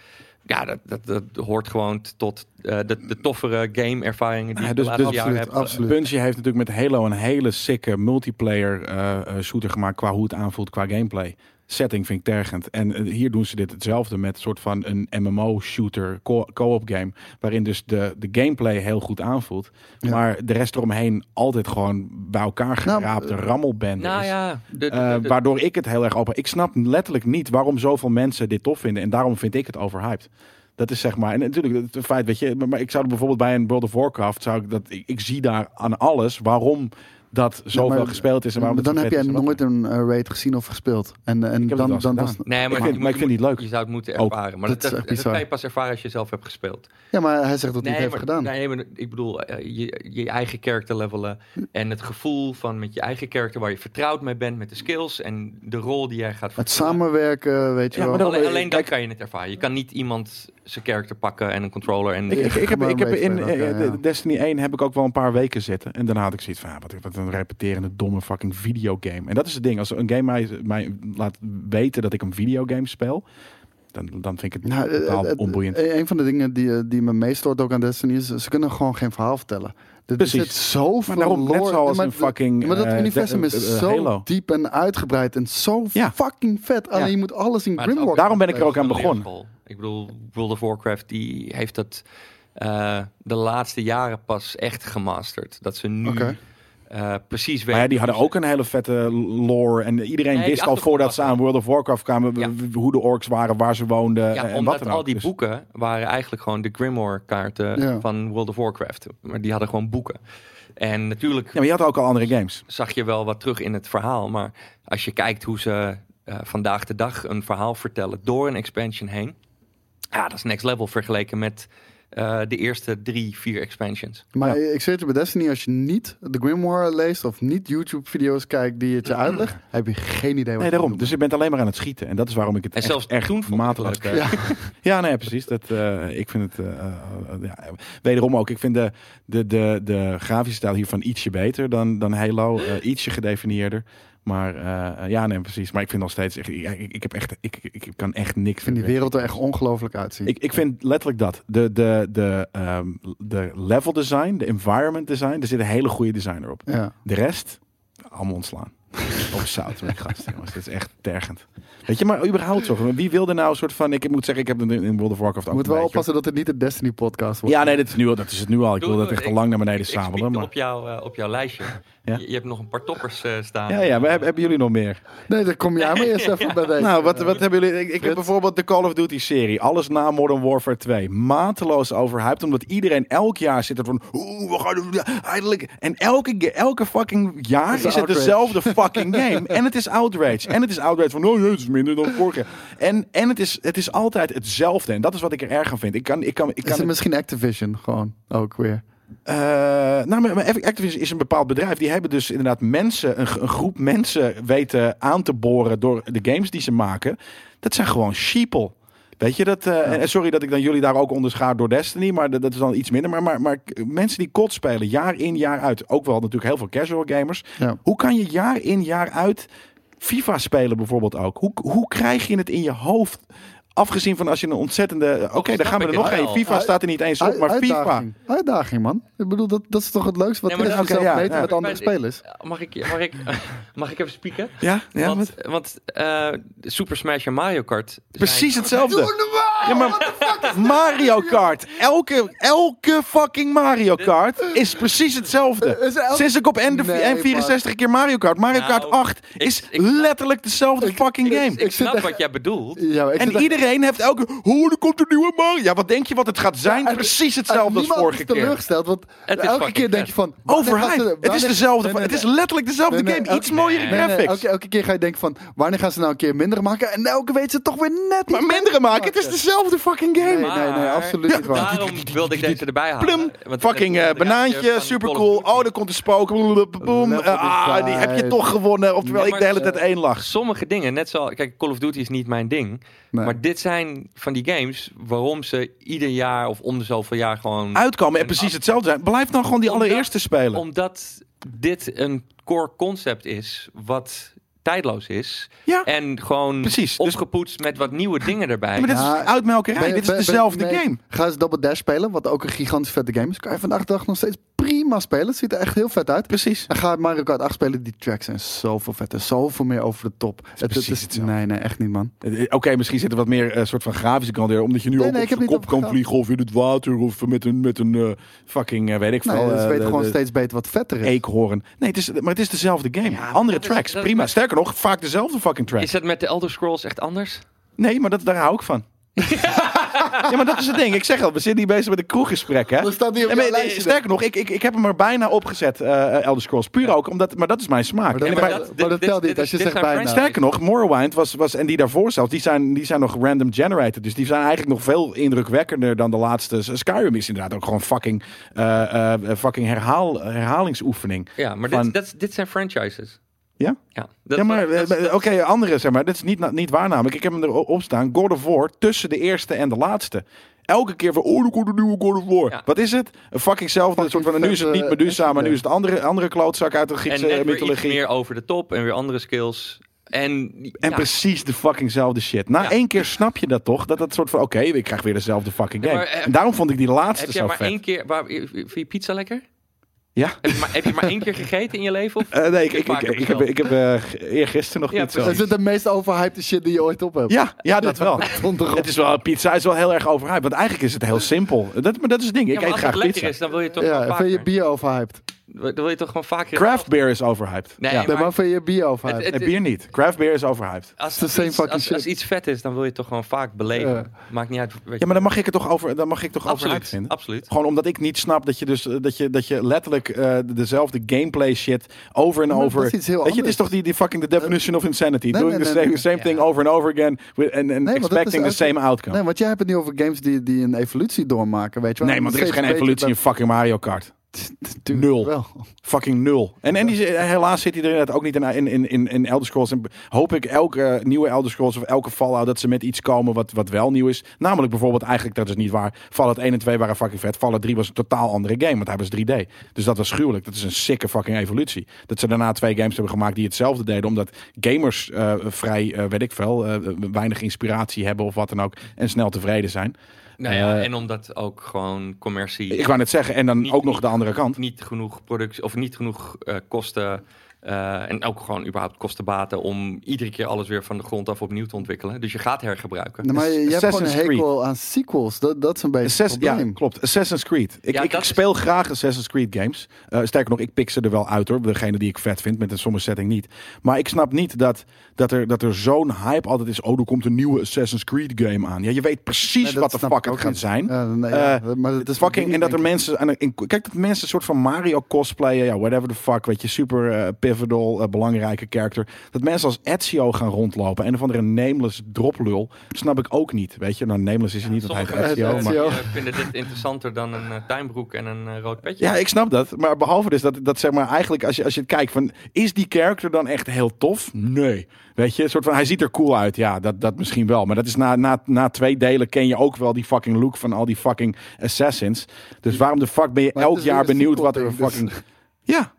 Ja, dat, dat, dat hoort gewoon t- tot eh, de, de toffere game ervaringen die Ja, ik dus- de laatste dus- jaren heb. eh, Absoluut, absoluut. Bungie heeft natuurlijk met Halo een hele sikke multiplayer eh, eh, shooter gemaakt qua hoe het aanvoelt qua gameplay. Setting vind ik tergend. En eh, hier doen ze dit hetzelfde met een soort van een MMO shooter co- co-op game. Waarin dus de, de gameplay heel goed aanvoelt. Ja. Maar de rest eromheen altijd gewoon bij elkaar Nou, geraapte eh, rammelbende Nou is. ja, de, de- Eh, de- waardoor ik het heel erg open. Ik snap letterlijk niet waarom zoveel mensen dit tof vinden. En daarom vind ik het overhyped. Dat is zeg maar. En natuurlijk, het- het feit, weet je. Maar maar ik zou er bijvoorbeeld bij een World of Warcraft. Zou ik, dat, ik, ik zie daar aan alles waarom dat zoveel maar- gespeeld is. En waarom Maar dat dan zo heb vet jij is en wat nooit dan. een eh, raid gezien of gespeeld. En, en Ik heb dan, het wel dan, eens was, gedaan. nee, maar, ik vind- je maar ik moet- vind die leuk. Je zou het moeten Ook. ervaren. Maar Oh, Dat is dat, dat, echt dat, bizar. kan je pas ervaren als je zelf hebt gespeeld. Ja, maar hij zegt dat hij het heeft maar- gedaan. Nee, maar ik bedoel, eh, je, je eigen character levelen. Hm. En het gevoel van met je eigen character waar je vertrouwd mee bent, met de skills en de rol die jij gaat Het vervullen. samenwerken, weet je Ja, wel. maar Alleen, alleen dan Kijk- kan je het ervaren. Je kan niet iemand zijn character pakken en een controller. En Ik, ik, ik heb, maar ik heb een in beetje verder, eh, oké, eh, ja. Destiny 1 heb ik ook wel een paar weken zitten. En daarna had ik zoiets van, ah, wat, wat een repeterende, domme fucking videogame. En dat is het ding. Als een game mij, mij laat weten dat ik een videogame speel, dan, dan vind ik het Nou, eh, totaal het- onboeiend. eh, Een van de dingen die, eh, die me meest stoort ook aan Destiny is... ze kunnen gewoon geen verhaal vertellen. Er Precies. zit zoveel Maar daarom, net lore- zoals maar een d- fucking, Maar dat eh, universum de- is eh, eh, zo Halo. diep en uitgebreid en zo Ja. fucking vet. Alleen je moet alles in Maar het is ook- Grimrock... Daarom ben ik er ook aan een begonnen. leerschool. Ik bedoel, World of Warcraft die heeft dat eh, de laatste jaren pas echt gemasterd. Dat ze nu Oké. eh, precies Maar ja, weten. die hadden ook een hele vette lore. En iedereen Dus, eh, Nee, die wist al voordat ze aan World of Warcraft kwamen... w- Ja. w- hoe de orks waren, waar ze woonden Ja, en- en wat omdat dan al ook. die Dus- boeken waren eigenlijk gewoon de Grimoire-kaarten Ja. van World of Warcraft. Maar die hadden gewoon boeken. En natuurlijk Ja, maar je had ook al andere games. zag je wel wat terug in het verhaal. Maar als je kijkt hoe ze eh, vandaag de dag een verhaal vertellen door een expansion heen. Ja, dat is next level vergeleken met eh, de eerste drie, vier expansions. Maar ik zit er bij Destiny, als je niet de Grimoire leest of niet YouTube-video's kijkt die het je uitlegt, heb je geen idee wat Mm. Nee, je daarom. moet Dus je bent alleen maar aan het schieten. En dat is waarom ik het En echt, zelfs echt toen vond ik het mateloos leuk. krijg. Ja, nee, precies. Dat, eh, ik vind het... eh, eh, eh, ja. Wederom ook, ik vind de, de, de, de grafische stijl hiervan ietsje beter dan, dan Halo. eh, ietsje gedefinieerder. Maar eh, ja, nee, precies. Maar ik vind nog steeds... echt- ja, ik, ik, heb echt, ik, ik ik kan echt niks... Ik vind die wereld er echt ongelooflijk Hm. uitzien. Ik, ik vind letterlijk dat. De, de, de, ehm, de level design, de environment design, er zit een hele goede designer op. ja. De rest, allemaal ontslaan. Op zout met gasten, jongens. Dat is echt tergend. Weet je, maar überhaupt toch. Wie wilde nou een soort van... Ik moet zeggen, ik heb het in World of Warcraft ook moet een wel beetje. oppassen dat het niet een Destiny-podcast wordt. Ja, nee, dat is, nu, al- dat is het nu al. Ik wil Doe- dat echt al ik- lang naar beneden Ik spiekte sabelen. Maar... op, jouw, eh, op jouw lijstje. Ja. Je, je hebt nog een paar toppers eh, staan. Ja, ja, maar heb- hebben jullie nog meer? Nee, dan kom jij maar eerst even bij deze. Nou, wat, wat hebben jullie... Ik, ik heb bijvoorbeeld de Call of Duty serie. Alles na Modern Warfare 2. Mateloos overhyped. Omdat iedereen elk jaar zit er van... Oeh, we gaan... ja, Eindelijk. En elke, ge- elke fucking jaar is, is het outrage. dezelfde fucking game. en het is Outrage. En het is Outrage van... Oh, nee, het is minder dan vorig jaar. En, en het, is, het is altijd hetzelfde. En dat is wat ik er erg aan vind. Ik kan... Ik kan, ik is kan het misschien Activision gewoon ook weer? eh, nou, maar maar Activision is een bepaald bedrijf. Die hebben dus inderdaad mensen, een, g- een groep mensen weten aan te boren door de games die ze maken. Dat zijn gewoon sheeple. Weet je dat? eh, en- en sorry dat ik dan jullie daar ook onderschaar door Destiny, maar dat, dat is dan iets minder. Maar, maar, maar k- mensen die kot spelen, jaar in jaar uit. Ook wel natuurlijk heel veel casual gamers. Ja. Hoe kan je jaar in jaar uit FIFA spelen bijvoorbeeld ook? Hoe, hoe krijg je het in je hoofd? Afgezien van als je een ontzettende. Oké, daar snap gaan we ik er nog wel. geen. FIFA Uit- staat er niet eens op, Uit- maar FIFA. uitdaging. Uitdaging, man. Ik bedoel, dat, dat is toch het leukste wat Nee, je maar dat- is jezelf oké, ja, meten ja. met andere Maar- maar- spelers. Mag ik, mag, ik, mag ik even spieken? Ja, ja wat? want want eh, Super Smash en Mario Kart. zijn- Dus Precies Oh, hetzelfde. Ja, maar Mario Kart. Elke, elke fucking Mario Kart is precies Eh, is er hetzelfde. elke- Sinds ik op N- Nee, N64 keer Mario Kart. Mario Nou, Kart 8 ik- is ik- letterlijk dezelfde fucking Ik, game. ik zit snap echt- wat jij bedoelt. Ja, maar ik zit En echt- iedereen heeft elke... Oh, er komt een nieuwe Mario. Ja, wat denk je wat het gaat zijn? en- Precies en hetzelfde als niemand vorige is keer. teleurgesteld, want Het is elke fucking keer denk je van... wanneer gaan ze- Overhyped. Het is wanneer- dezelfde. Nee, nee, Het is nee. letterlijk dezelfde Nee, nee, game. Iets elke- mooiere nee, nee, graphics. Elke, elke keer ga je denken van, wanneer gaan ze nou een keer minder maken? En elke week ze het toch weer net iets Maar mindere maken, het is dezelfde fucking game. Nee, nee, nee, Maar- absoluut niet waar. Daarom wilde ik deze erbij halen. Plum, Want- fucking eh, want- banaantje, van supercool. Call of Oh, Duty. er komt een spook. Boom. Level ah, die design. heb je toch gewonnen. Oftewel, Ja, ik de hele maar, tijd één lag. Sommige dingen, net zoals... Kijk, Call of Duty is niet mijn ding. Nee. Maar dit zijn van die games waarom ze ieder jaar of om de zoveel jaar gewoon... Uitkomen en En precies af- hetzelfde zijn. Blijf dan gewoon die Omdat- allereerste spelen. Omdat dit een core concept is wat tijdloos is. Ja, En gewoon Precies, dus- opgepoetst met wat nieuwe dingen erbij. maar dit is Ja. Ben uitmelkerij. je- Dit is ben- ben- dezelfde nee. game. Ga eens Double Dash spelen, wat ook een gigantisch vette game is. Kan je vandaag de dag nog steeds prima spelen. Het ziet er echt heel vet uit. Precies. En ga Mario Kart 8 spelen, die tracks zijn zoveel vetter. Zoveel meer over de top. Het, het precies is, hetzelfde. nee, nee, echt niet, man. Eh, Oké, misschien zit er wat meer eh, soort van grafische kant in. Omdat je nu Nee, ook nee, op ik je heb kop niet kan opgegaan. vliegen. Of in het water. Of met een, met een eh, fucking, eh, weet ik Nee, veel. ze eh, weten de- gewoon de- steeds beter wat vetter is. Eekhoorn. Nee, het is, maar het is dezelfde game. Andere dat is- tracks, dat- prima. maar- Sterker nog, vaak dezelfde fucking tracks. Is dat met de Elder Scrolls echt anders? Nee, maar dat, daar hou ik van. ja, maar dat is het ding. Ik zeg al, we zitten hier bezig met een kroeggesprek, hè? Dat staat niet op Nee, maar, jouw nee, lijstje, sterker nog, ik, ik, ik heb hem er bijna opgezet, eh Elder Scrolls. Puur ook, omdat, maar dat is mijn smaak. Maar dat- En- maar maar- dat- maar dat telt niet als je dit zegt zijn bijna. franchises. Sterker nog, Morrowind was, was, en die daarvoor zelfs, die zijn, die zijn nog random generated. Dus die zijn eigenlijk nog veel indrukwekkender dan de laatste. Skyrim is inderdaad ook gewoon fucking, eh, eh, fucking herhaal, herhalingsoefening. Ja, maar Van- dit, dat, dit zijn franchises. Ja? Ja, dat- ja, maar dat- dat- eh, oké, andere zeg maar. Dat is niet, na- niet waar namelijk. Ik heb hem erop staan. God of War tussen de eerste en de laatste. Elke keer van, oh, er komt een nieuwe God of War. Ja. Wat is het? Een fucking zelfde Fucking soort van, nu is het niet vette eh, Medusa, maar Medusa. nu is het andere, andere klootzak uit de en Griekse net weer iets eh, mythologie. meer over de top en weer andere skills. En, En ja, precies de fuckingzelfde shit. Na Ja. één keer snap je dat toch? Dat dat soort van, oké, ik krijg weer dezelfde fucking Ja, game. maar, eh, en daarom vond ik die laatste Heb je zo maar vet. één keer... Waar, eh, vind je pizza lekker? Ja. Heb je, maar, heb je maar één keer gegeten in je leven? Of? Eh, nee, ik, ik, Ik ik, maak ik, het heb, zelf. ik heb eh, eergisteren nog Ja, niet zo. Dat is de meest overhyped shit die je ooit op hebt. Ja, ja, dat wel. Onderop. Het is wel, pizza is wel heel erg overhyped. Want eigenlijk is het heel simpel. Dat, maar dat is het ding. Ja, Ik maar eet als het graag lekker pizza. is, dan wil je het toch wel Ja, vind vaker. je bier overhyped? Dat wil je toch gewoon vaker... Craft beer is overhyped. Nee, ja. Nee, maar voor je bio of Het- het- Nee, bier niet. Craft beer is overhyped. Als, the als same iets, fucking als, shit. als iets vet is, dan wil je het toch gewoon vaak beleven. Maakt niet uit. weet Ja, je. maar dan mag ik het toch over, dan mag ik toch overhyped absoluut, vinden. absoluut. Gewoon omdat ik niet snap dat je dus eh, dat je, dat je letterlijk eh, dezelfde gameplay shit over en Maar dat over. is iets heel Weet je, het is anders. toch die, die fucking the definition of insanity. nee, Doing nee, the nee, same, nee. same Ja. thing over and over again with- and, and Nee, want dat is expecting the uit- same outcome. Nee, want jij hebt het nu over games die, die een evolutie doormaken, weet je wel. nee, want er is Steeds geen beter evolutie in fucking Mario Kart. bent- Nul. Wel. Fucking nul. En, en die, helaas zit hij er inderdaad ook niet in, in, in- in, in Elder Scrolls. En hoop ik elke eh, nieuwe Elder Scrolls of elke Fallout dat ze met iets komen wat, wat wel nieuw is. Namelijk bijvoorbeeld, eigenlijk dat is niet waar. Fallout 1 en 2 waren fucking vet. Fallout 3 was een totaal andere game, want hij was 3D. Dus dat was schuwelijk. Dat is een sikke fucking evolutie. Dat ze daarna twee games hebben gemaakt die hetzelfde deden. Omdat gamers eh, vrij, eh, weet ik veel, eh, weinig inspiratie hebben of wat dan ook. En snel tevreden zijn. Nou ja, Eh, en omdat ook gewoon commercie Ik wou net zeggen, en dan Niet- ook nog niet- de andere kant. niet genoeg productie of niet genoeg eh, kosten. eh, en ook gewoon überhaupt kostenbaten om iedere keer alles weer van de grond af opnieuw te ontwikkelen. Dus je gaat hergebruiken. Nee, Nou, maar je, je hebt gewoon een Assassin's Creed. hekel aan sequels. Dat, dat is een beetje Assassin- het ja, probleem. klopt. Assassin's Creed. Ik, Ja, ik, dat ik speel graag Assassin's Creed games. Eh, sterker nog, ik pik ze er wel uit hoor. Degene die ik vet vind, met een sommige setting niet. Maar ik snap niet dat, dat er, dat er zo'n hype altijd is. Oh, er komt een nieuwe Assassin's Creed game aan. Ja, je weet precies Nee, dat wat de snap fuck ik het ook gaat niet. zijn. Ja, nee, ja, Eh, maar het Het is is fucking, en dat er denk ik. mensen. aan- in- kijk, dat mensen een soort van Mario cosplayen. Ja, whatever the fuck. Weet je, super eh, pivotal, eh, belangrijke character. Dat mensen als Ezio gaan rondlopen. En of andere nameless droplul. Snap ik ook niet. Weet je, nou, nameless is hij niet, want hij Sommige heet Ezio. mensen maar- Ezio. eh, vinden dit interessanter dan een eh, tuinbroek en een eh, rood petje. Ja, ik snap dat. Maar behalve dus dat, dat zeg maar eigenlijk als je, als je het kijkt van... Is die character dan echt heel tof? Nee. Weet je, een soort van hij ziet er cool uit. Ja, dat, dat misschien wel. Maar dat is na, na, na twee delen ken je ook wel die fucking look van al die fucking assassins. Dus waarom de fuck ben je Maar het elk is weer jaar een benieuwd wat er een sequel ding, fucking... Ja.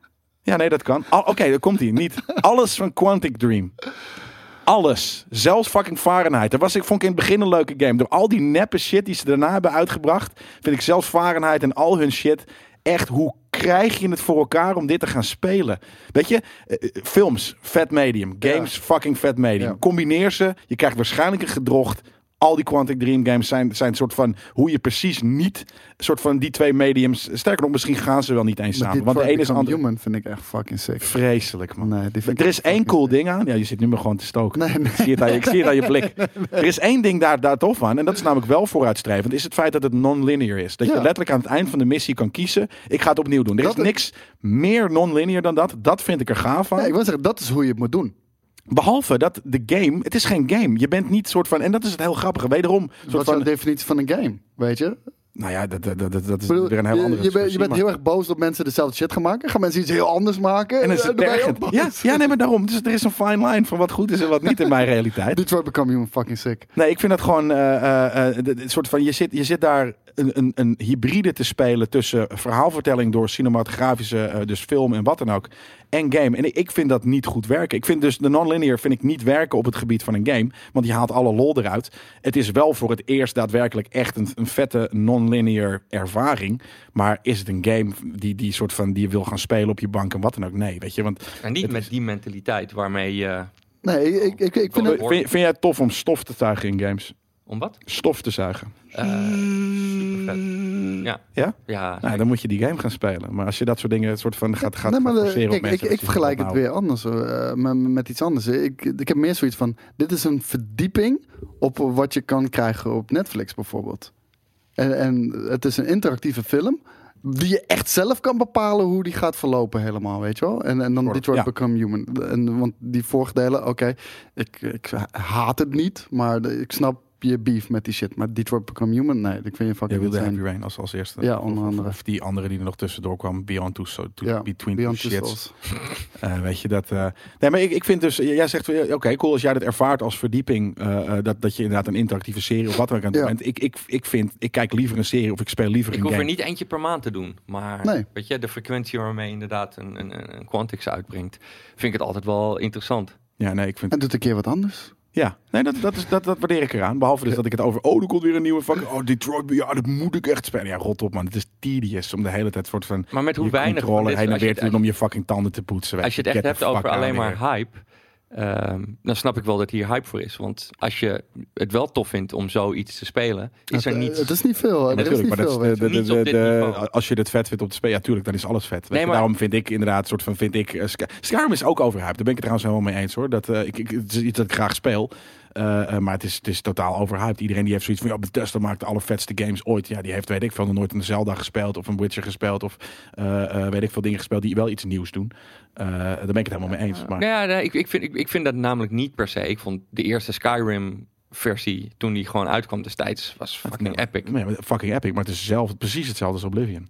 Ja, nee, dat kan. Al- Oké, daar komt hij. Niet alles van Quantic Dream. Alles. Zelfs fucking Fahrenheit. Dat was, ik vond ik in het begin een leuke game. Door al die neppe shit die ze daarna hebben uitgebracht, vind ik zelfs Fahrenheit en al hun shit echt hoe krijg je het voor elkaar om dit te gaan spelen? Weet je, eh, eh, films, vet medium. Games, fucking vet medium. Ja. Combineer ze, je krijgt waarschijnlijk een gedrocht. Al die Quantic Dream games zijn, zijn soort van hoe je precies niet, soort van die twee mediums. Sterker nog, misschien gaan ze wel niet eens Maar samen. Want de Detroit ene is de Become andere. Human vind ik echt fucking sick. Vreselijk, man. Nee, die vind Er ik is één cool ding aan. Ja, je zit nu maar gewoon te stoken. Nee, nee. Ik, zie het aan je, ik zie het aan je blik. Er is één ding daar, daar tof aan. En dat is namelijk wel vooruitstrevend. Is het feit dat het non-linear is. Dat je Ja. letterlijk aan het eind van de missie kan kiezen. Ik ga het opnieuw doen. Er Dat is is- niks meer non-linear dan dat. Dat vind ik er gaaf aan. Ja, ik wil zeggen, dat is hoe je het moet doen. Behalve dat de game... Het is geen game. Je bent niet soort van... En dat is het heel grappige. Wederom. Wat Soort is de van, definitie van een game, weet je? nou ja, dat, dat, dat, dat is Ik bedoel, weer een heel je- andere je, bent- je discussie, bent maar- heel erg boos dat mensen dezelfde shit gaan maken. Gaan mensen iets heel anders maken. En dan is het eh, dan ben je tergend. ook Ja, boos. ja, nee, maar daarom. Dus er is een fine line van wat goed is en wat niet in mijn realiteit. Detroit Become Human, fucking sick. Nee, ik vind dat gewoon eh, eh, eh, de- de- soort van. Je zit, je zit daar een, een, een hybride te spelen tussen verhaalvertelling door cinematografische, eh, dus film en wat dan ook, en game. En ik, ik vind dat niet goed werken. Ik vind dus de non-linear vind ik niet werken op het gebied van een game, want je haalt alle lol eruit. Het is wel voor het eerst daadwerkelijk echt een, een vette non-linear ervaring. Maar is het een game die, die soort van die je wil gaan spelen op je bank en wat dan ook? Nee, weet je, want En niet Het met die mentaliteit waarmee je... Nee, ik, ik, ik, ik vind Kom het... vind, vind jij het tof om stof te zuigen in games? om wat? Eh, Stof te zuigen. supervet. Ja. Ja? Ja, Nou, dan moet je die game gaan spelen. Maar als je dat soort dingen soort van gaat, gaat nee, maar eh, forceren op kijk, ik, mensen... ik vergelijk het weer anders, eh, met, met iets anders. Ik, ik heb meer zoiets van, dit is een verdieping op wat je kan krijgen op Netflix bijvoorbeeld. En, en het is een interactieve film die je echt zelf kan bepalen hoe die gaat verlopen helemaal, weet je wel? En, en dan Sort of, Detroit ja. Become Human. En, want die vorige delen, oké, ik, ik haat het niet, maar de- ik snap je beef met die shit. Maar Detroit Become Human, nee, ik vind je nou, Je fucking wilde insane. Happy Rain als, als eerste. Ja, onder Of- andere. Of die andere die er nog tussendoor kwam. Beyond Two, so, to, Ja, Between Beyond Two Two Shits. Souls. Eh, weet je dat... eh, Nee, maar ik, ik vind dus... Jij zegt, eh, oké, cool. Als jij dat ervaart als verdieping... eh, eh, dat, dat je inderdaad een interactieve serie of wat dan ook aan het Ja. moment... Ik, ik, ik vind... Ik kijk liever een serie of ik speel liever Ik een hoef er game. niet eentje per maand te doen. Maar Nee. weet je, de frequentie waarmee inderdaad een, een, een- een Quantix uitbrengt, vind ik het altijd wel interessant. Ja, nee, ik vind... En doet een keer wat anders. Ja, nee, dat, dat, is, dat, dat waardeer ik eraan. Behalve dus dat ik het over, oh, er komt weer een nieuwe fucking... Oh, Detroit, ja, dat moet ik echt spelen. Ja, rot op, man. Het is tedious om de hele tijd soort van... Maar met hoe je weinig. van controller dit- heen en als je weer het- te doen om je fucking tanden te poetsen. weet Als je je. het echt Get the hebt over fuck out of alleen maar here. hype. Ehm, dan snap ik wel dat hier hype voor is. Want als je het wel tof vindt om zoiets te spelen, is er eh, Het- niet... Eh, Het is niet veel. hè. Er Oh, is natuurlijk, maar niet dat is veel, weet de, je. de- Niet op de- dit de- niveau. als je het vet vindt op te spelen, ja, tuurlijk, dan is alles vet. Weet je, maar- Daarom vind ik inderdaad, soort van, vind ik, eh, Sky- Skyrim is ook overhyped. Daar ben ik het trouwens helemaal mee eens hoor. Dat, eh, ik, ik, het is iets dat ik graag speel, Eh, eh, maar het is, het is totaal overhyped. Iedereen die heeft zoiets van, ja, Bethesda maakt de allervetste games ooit. Ja, die heeft, weet ik veel, nog nooit een Zelda gespeeld of een Witcher gespeeld of eh, eh, weet ik veel dingen gespeeld die wel iets nieuws doen. Eh, daar ben ik het helemaal mee eens. Maar, Nou ja, nee, ik, ik, vind, ik, ik vind dat namelijk niet per se. Ik vond de eerste Skyrim versie, toen die gewoon uitkwam destijds, was fucking epic. Nee, maar fucking epic, maar het is zelf, precies hetzelfde als Oblivion.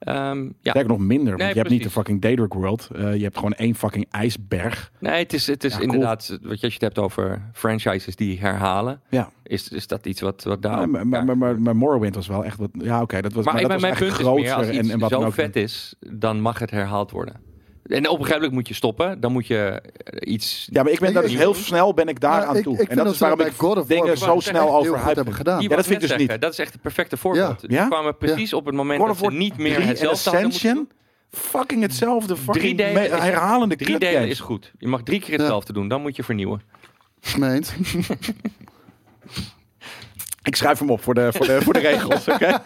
Ehm, ja, Sterker nog minder, want Nee, je hebt niet de precies. fucking Daedric World. Eh, je hebt gewoon één fucking ijsberg. nee, het is, het is Ja, cool. inderdaad, wat je, als je het hebt over franchises die herhalen, Ja. is, is dat iets wat, wat daar... Ja, maar, maar, maar, maar, maar Morrowind was wel echt wat... Ja, oké, dat was, maar, Nou, Maar, ik- dat mijn was echt punt is meer, als groter iets en, en wat dan zo ook. vet is, dan mag het herhaald worden. En op een gegeven moment moet je stoppen. Dan moet je eh, iets... Ja, maar ik ben Ik- daar dus ik- heel snel ben ik daar Ja, aan ik- toe. ik vind en dat dat is ze dat waarom ik bij God of dingen War zo echt snel heel Heel over goed hebben gedaan. Die Ja, wou dat vind ik net dus zeggen, Dat is echt het perfecte voorbeeld. Die Ja? kwamen precies op het moment God dat of ze War niet meer 3 en hetzelfde hadden moeten Ascension? Fucking hetzelfde Drie fucking delen me- is- herhalende Drie delen kutgames. is goed. Je mag drie keer hetzelfde doen, dan moet je vernieuwen. Mee eens. Ik schrijf hem op voor de, voor de, voor de regels, oké?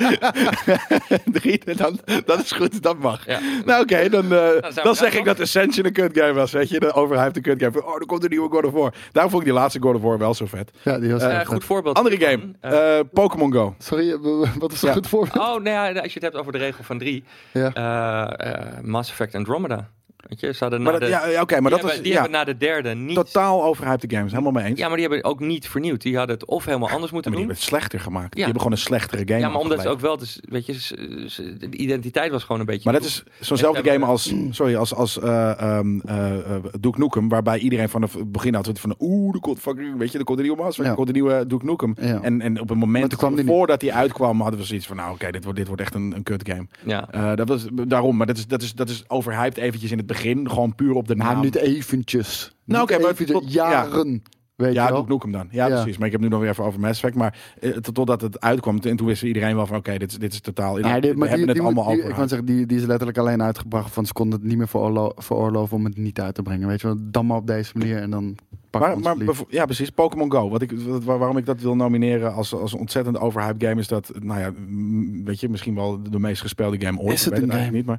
Drie, dan, dat is goed, dat mag. Ja. Nou oké, dan, eh, we dan daar zeg ik nog. dat Ascension een kutgame was, weet je. De overhyped een kutgame. Oh, er komt een nieuwe God of War. Daarom vond ik die laatste God of War wel zo vet. Ja, die was Eh, heel Eh, vet. goed voorbeeld. Andere game, Eh, eh, Pokémon Go. Sorry, eh, w- w- wat is een Ja. goed voorbeeld? oh, nee, ja, als je het hebt over de regel van drie. Ja. eh, eh, Mass Effect Andromeda. Weet je, ze hadden na Maar de, dat, ja, ja, oké, maar die dat hebben, was die ja, hebben na de derde niet... totaal overhyped games. Helemaal mee eens. Ja, maar die hebben ook niet vernieuwd. Die hadden het of helemaal anders Ja, moeten maar die doen. hebben het slechter gemaakt. Die Ja. hebben gewoon een slechtere game. Ja, maar omdat ze afgeleverd. ook wel... Dus, weet je, ze- ze- de identiteit was gewoon een beetje... Maar dat is zo'nzelfde hebben game we- als, sorry, als, als eh ehm eh, eh, Duke Nukem, waarbij iedereen vanaf het begin had van, oeh, er komt fucking, weet je, er komt een nieuwe Mass Effect, Ja. er komt een nieuwe Duke Nukem. Ja. En, en op het Maar moment toen kwam die niet. voordat hij uitkwam, hadden we zoiets van, nou oké, dit, wordt, dit wordt echt een, een kut game. Ja. Eh, dat was daarom, maar dat is, dat, is, dat is overhyped eventjes in het begin, gewoon puur op de Nou, naam. niet eventjes. Niet nou, oké, maar eventjes, tot- ja. jaren. Weet ja, je Duke wel? Nukem dan. Ja, Ja. precies. Maar ik heb nu nog weer even over Mass Effect. Maar eh, tot- totdat het uitkwam, en toen wist iedereen wel van... oké, dit dit, is- dit is totaal... Nee, we dit- maar die, hebben die, het allemaal die- over. ik kan zeggen, die, die is letterlijk alleen uitgebracht. Want ze konden het niet meer veroorlo- veroorloven om het niet uit te brengen. Weet je wel, dan maar op deze manier en Nou, dan pak Maar, ons maar verlies. bijvo- ja, precies. Pokémon Go. Wat ik, wat- waar- waarom ik dat wil nomineren als, als een ontzettend overhyped game... is dat, nou ja, m, weet je, misschien wel de meest gespeelde game ooit. Is het Ik weet een eigenlijk Niet, maar,